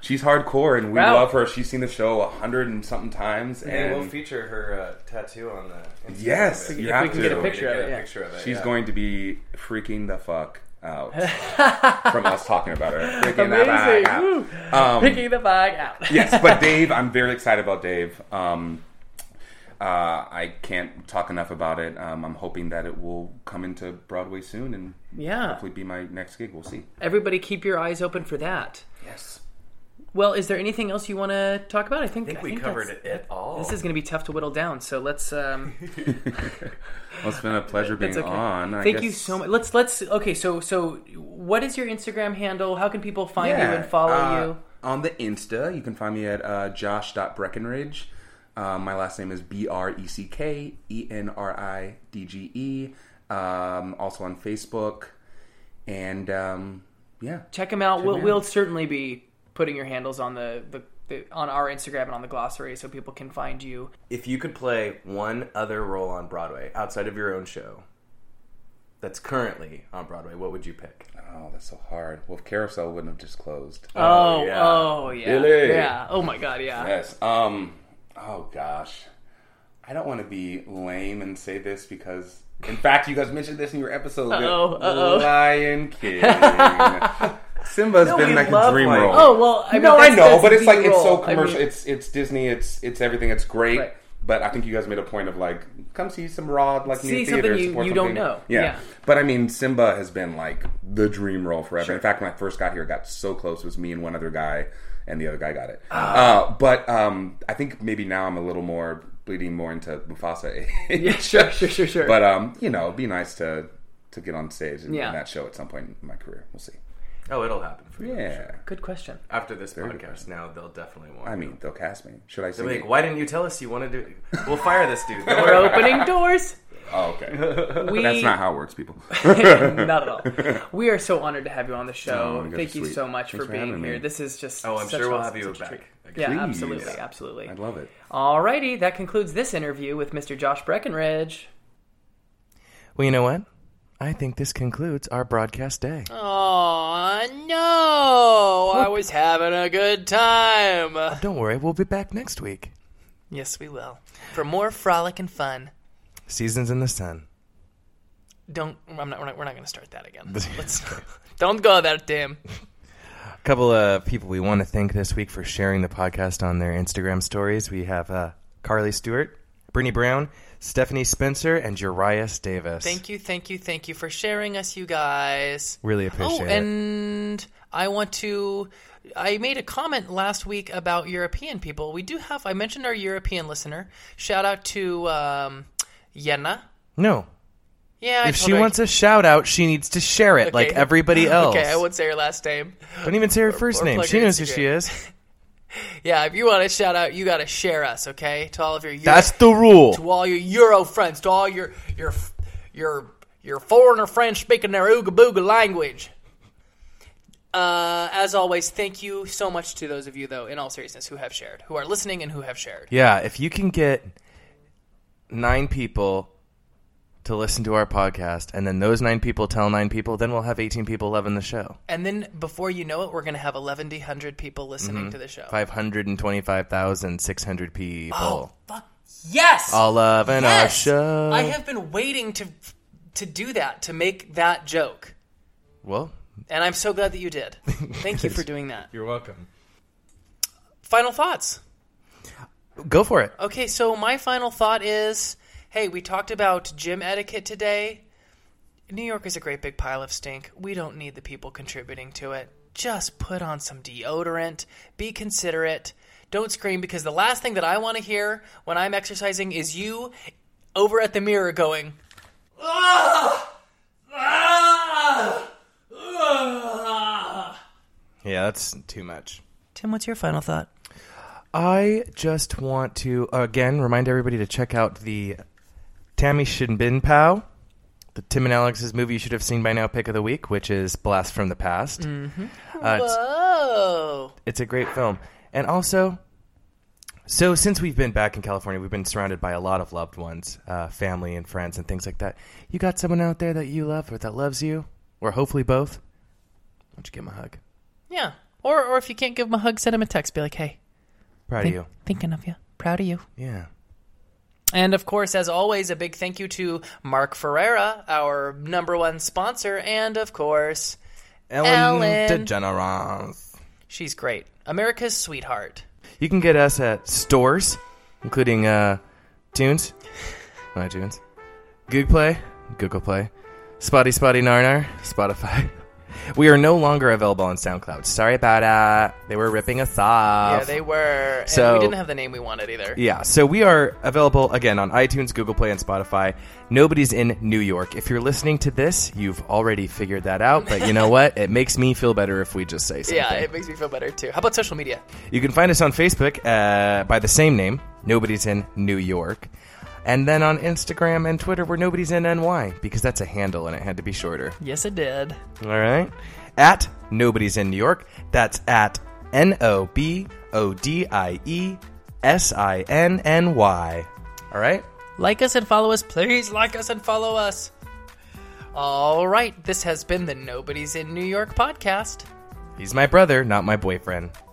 Speaker 1: she's hardcore and we
Speaker 7: Wow.
Speaker 1: love her. She's seen the show a hundred and something times.
Speaker 5: They will
Speaker 1: And
Speaker 5: feature her uh, tattoo on the. Instagram
Speaker 1: Yes,
Speaker 5: of it.
Speaker 1: you
Speaker 5: If
Speaker 1: have
Speaker 5: we can
Speaker 1: to.
Speaker 5: get a picture of it.
Speaker 7: yeah.
Speaker 1: she's
Speaker 5: yeah.
Speaker 1: going to be freaking the fuck out from us talking about her. Freaking the
Speaker 7: Amazing.
Speaker 1: fuck out.
Speaker 7: Woo.
Speaker 1: Um,
Speaker 7: Picking the bag out.
Speaker 1: yes, but Dave, I'm very excited about Dave. Um, uh, I can't talk enough about it. Um, I'm hoping that it will come into Broadway soon and
Speaker 7: yeah.
Speaker 1: hopefully be my next gig. We'll see.
Speaker 7: Everybody, keep your eyes open for that.
Speaker 1: Yes.
Speaker 7: Well, is there anything else you want to talk about? I think,
Speaker 5: I think we covered
Speaker 7: that's-
Speaker 5: it at all.
Speaker 7: This is going to be tough to whittle down, so let's. Um,
Speaker 1: Well, it's been a pleasure being
Speaker 7: it's okay.
Speaker 1: on. I
Speaker 7: Thank
Speaker 1: guess-
Speaker 7: you so much. Let's let's. Okay, so so what is your Instagram handle? How can people find
Speaker 1: Yeah,
Speaker 7: you and follow
Speaker 1: uh,
Speaker 7: you?
Speaker 1: On the Insta, you can find me at uh, josh.breckenridge. Um, my last name is B R E C K E N R I D G E. Um, also on Facebook. And um, yeah.
Speaker 7: check them out. We'll,
Speaker 1: out.
Speaker 7: we'll certainly be putting your handles on the, the, the on our Instagram and on the glossary so people can find you.
Speaker 5: If you could play one other role on Broadway outside of your own show that's currently on Broadway, what would you pick?
Speaker 1: Oh, that's so hard. Well, if Carousel wouldn't have just closed.
Speaker 7: Oh,
Speaker 5: yeah.
Speaker 7: oh yeah,
Speaker 1: Really?
Speaker 7: yeah. Oh my god, yeah.
Speaker 1: Yes. Um. Oh gosh, I don't want to be lame and say this because, in fact, you guys mentioned this in your episode. that
Speaker 7: Uh-oh, uh-oh.
Speaker 1: Lion King. Simba's
Speaker 5: No,
Speaker 1: been
Speaker 5: we
Speaker 1: like a
Speaker 5: love
Speaker 1: dream
Speaker 5: Lion
Speaker 1: role.
Speaker 5: King.
Speaker 7: Oh well, I mean,
Speaker 1: no, I
Speaker 7: that's-
Speaker 1: know,
Speaker 7: that's
Speaker 1: but it's
Speaker 7: the
Speaker 1: like it's so
Speaker 7: role. I mean,
Speaker 1: commercial. it's it's Disney. It's it's everything. It's great.
Speaker 7: Right.
Speaker 1: But I think you guys made a point of like, come see some raw like
Speaker 7: See
Speaker 1: new
Speaker 7: something
Speaker 1: theater.
Speaker 7: you-
Speaker 1: support
Speaker 7: you don't
Speaker 1: something.
Speaker 7: know.
Speaker 1: Yeah.
Speaker 7: Yeah.
Speaker 1: But I mean, Simba has been like the dream role forever. In fact, when I first got here, it got so close. It was me and one other guy, and the other guy got it.
Speaker 7: Ah.
Speaker 1: Uh, but um, I think maybe now I'm a little more bleeding more into Mufasa. age.
Speaker 7: yeah, sure, sure, sure, sure.
Speaker 1: But um, you know, it'd be nice to to get on stage and
Speaker 7: Yeah.
Speaker 1: in that show at some point in my career. We'll see.
Speaker 5: Oh, it'll happen for you. I'm
Speaker 1: Yeah.
Speaker 5: sure.
Speaker 7: good question.
Speaker 5: After this
Speaker 1: good
Speaker 5: podcast, now they'll definitely want.
Speaker 1: I
Speaker 5: you.
Speaker 1: mean, they'll cast me. Should I
Speaker 5: They'll
Speaker 1: sing?
Speaker 5: be
Speaker 1: it?
Speaker 5: like, why didn't you tell us you wanted to? We'll fire this dude. Don't
Speaker 7: We're
Speaker 5: worry.
Speaker 7: opening doors.
Speaker 1: Oh, okay.
Speaker 7: We
Speaker 1: That's not how it works, people.
Speaker 7: not at all. We are so honored to have you on the show.
Speaker 1: Oh my God,
Speaker 7: Thank you
Speaker 1: sweet.
Speaker 7: so much
Speaker 1: Thanks
Speaker 7: for
Speaker 1: for
Speaker 7: being
Speaker 1: having me.
Speaker 7: here. This is just
Speaker 5: Oh, I'm
Speaker 7: such
Speaker 5: sure we'll
Speaker 7: awesome-
Speaker 5: have you
Speaker 7: such a
Speaker 5: back
Speaker 7: treat.
Speaker 5: again.
Speaker 7: Yeah,
Speaker 1: Please.
Speaker 7: absolutely, absolutely.
Speaker 1: I love it.
Speaker 7: Alrighty, that concludes this interview with Mr. Josh Breckenridge.
Speaker 2: Well, you know what? I think this concludes our broadcast day.
Speaker 5: Uh.
Speaker 3: Aw, no! I was having a good time.
Speaker 2: Don't worry, we'll be back next week.
Speaker 3: Yes, we will. For more frolic and fun.
Speaker 2: Seasons in the Sun.
Speaker 3: Don't. I'm not. We're not, we're not going to start that again. Let's. Don't go there, Tim.
Speaker 2: A couple of people we want to thank this week for sharing the podcast on their Instagram stories. We have uh, Carly Stewart, Brittany Brown, Stephanie Spencer, and Urias Davis.
Speaker 3: Thank you, thank you, thank you for sharing us, you guys.
Speaker 2: Really appreciate
Speaker 3: oh,
Speaker 2: it.
Speaker 3: and I want to. I made a comment last week about European people. We do have. I mentioned our European listener. Shout out to um, Yenna.
Speaker 2: No.
Speaker 3: Yeah, I
Speaker 2: If
Speaker 3: told
Speaker 2: she
Speaker 3: her I-
Speaker 2: wants a shout out, she needs to share it like
Speaker 3: Okay.
Speaker 2: everybody else.
Speaker 3: Okay, I won't say her last name.
Speaker 2: Don't even say her first
Speaker 3: or
Speaker 2: name.
Speaker 3: plug
Speaker 2: She
Speaker 3: her
Speaker 2: knows who she is.
Speaker 3: Yeah, if you want to shout out, you got to share us, okay? To all of your Euro,
Speaker 2: That's the rule.
Speaker 3: to all your Euro friends, to all your your your your foreigner friends speaking their ooga booga language. Uh, as always, thank you so much to those of you, though, in all seriousness, who have shared, who are listening, and who have shared.
Speaker 8: Yeah, if
Speaker 2: If you can get nine people to listen to our podcast, and then those nine people tell nine people, then we'll have 18 people loving the show.
Speaker 3: And then before you know it, we're going to have 1,100 people
Speaker 2: Mm-hmm.
Speaker 3: listening to the show.
Speaker 2: 525,600 people.
Speaker 3: Oh, fuck. Yes!
Speaker 2: All loving our
Speaker 3: yes!
Speaker 2: show.
Speaker 3: I have been waiting to to do that, to make that joke.
Speaker 2: well,
Speaker 3: And I'm so glad that you did. Thank you for doing that.
Speaker 8: you're welcome.
Speaker 3: Final thoughts.
Speaker 2: go for it.
Speaker 3: Okay, so my final thought is hey, we talked about gym etiquette today. New York is a great big pile of stink. We don't need the people contributing to it. Just put on some deodorant, be considerate, don't scream because the last thing that I want to hear when I'm exercising is you over at the mirror going,
Speaker 2: Yeah, that's too much.
Speaker 3: Tim, what's your final thought?
Speaker 2: I just want to again remind everybody to check out the Tammy Shinbin Pow, the Tim and Alex's movie you should have seen by now pick of the week, which is Blast from the Past.
Speaker 3: Mm-hmm.
Speaker 2: Uh, it's,
Speaker 3: Oh,
Speaker 2: it's a great film, and also, so since we've been back in California, we've been surrounded by a lot of loved ones, uh, family and friends, and things like that. You got someone out there that you love or that loves you, or hopefully both. Why don't you give them a hug?
Speaker 3: yeah. Or, or if you can't give him a hug, send him a text. Be like, hey,
Speaker 2: Proud
Speaker 3: think-
Speaker 2: of you.
Speaker 3: thinking of you, proud of you.
Speaker 2: Yeah.
Speaker 3: And of course, as always, a big thank you to Mark Ferrera, our number one sponsor, and of course,
Speaker 2: Ellen,
Speaker 3: Ellen.
Speaker 2: DeGeneres.
Speaker 3: she's great. America's sweetheart.
Speaker 2: You can get us at stores, including uh, Tunes, iTunes, Google Play, Google Play, Spotty Spotty Narnar, Spotify. We are no longer available on SoundCloud. Sorry about that. They were ripping us off.
Speaker 3: yeah, they were. And
Speaker 2: So-
Speaker 3: we didn't have the name we wanted either.
Speaker 2: Yeah, so we are available again on iTunes, Google Play, and Spotify. Nobody's in New York. If you're listening to this, you've already figured that out, but you know what? It makes me feel better if we just say something.
Speaker 3: Yeah, it makes me feel better too. How about social media?
Speaker 2: You can find us on Facebook uh, by the same name, Nobody's in New York. And then on Instagram and Twitter, where Nobody's in NY, because that's a handle and it had to be shorter.
Speaker 3: Yes, it did.
Speaker 2: All right? At Nobody's in New York. That's at N O B O D I E S I N N Y. All right?
Speaker 3: Like us and follow us. Please like us and follow us. All right, this has been the Nobody's in New York podcast.
Speaker 2: He's my brother, not my boyfriend.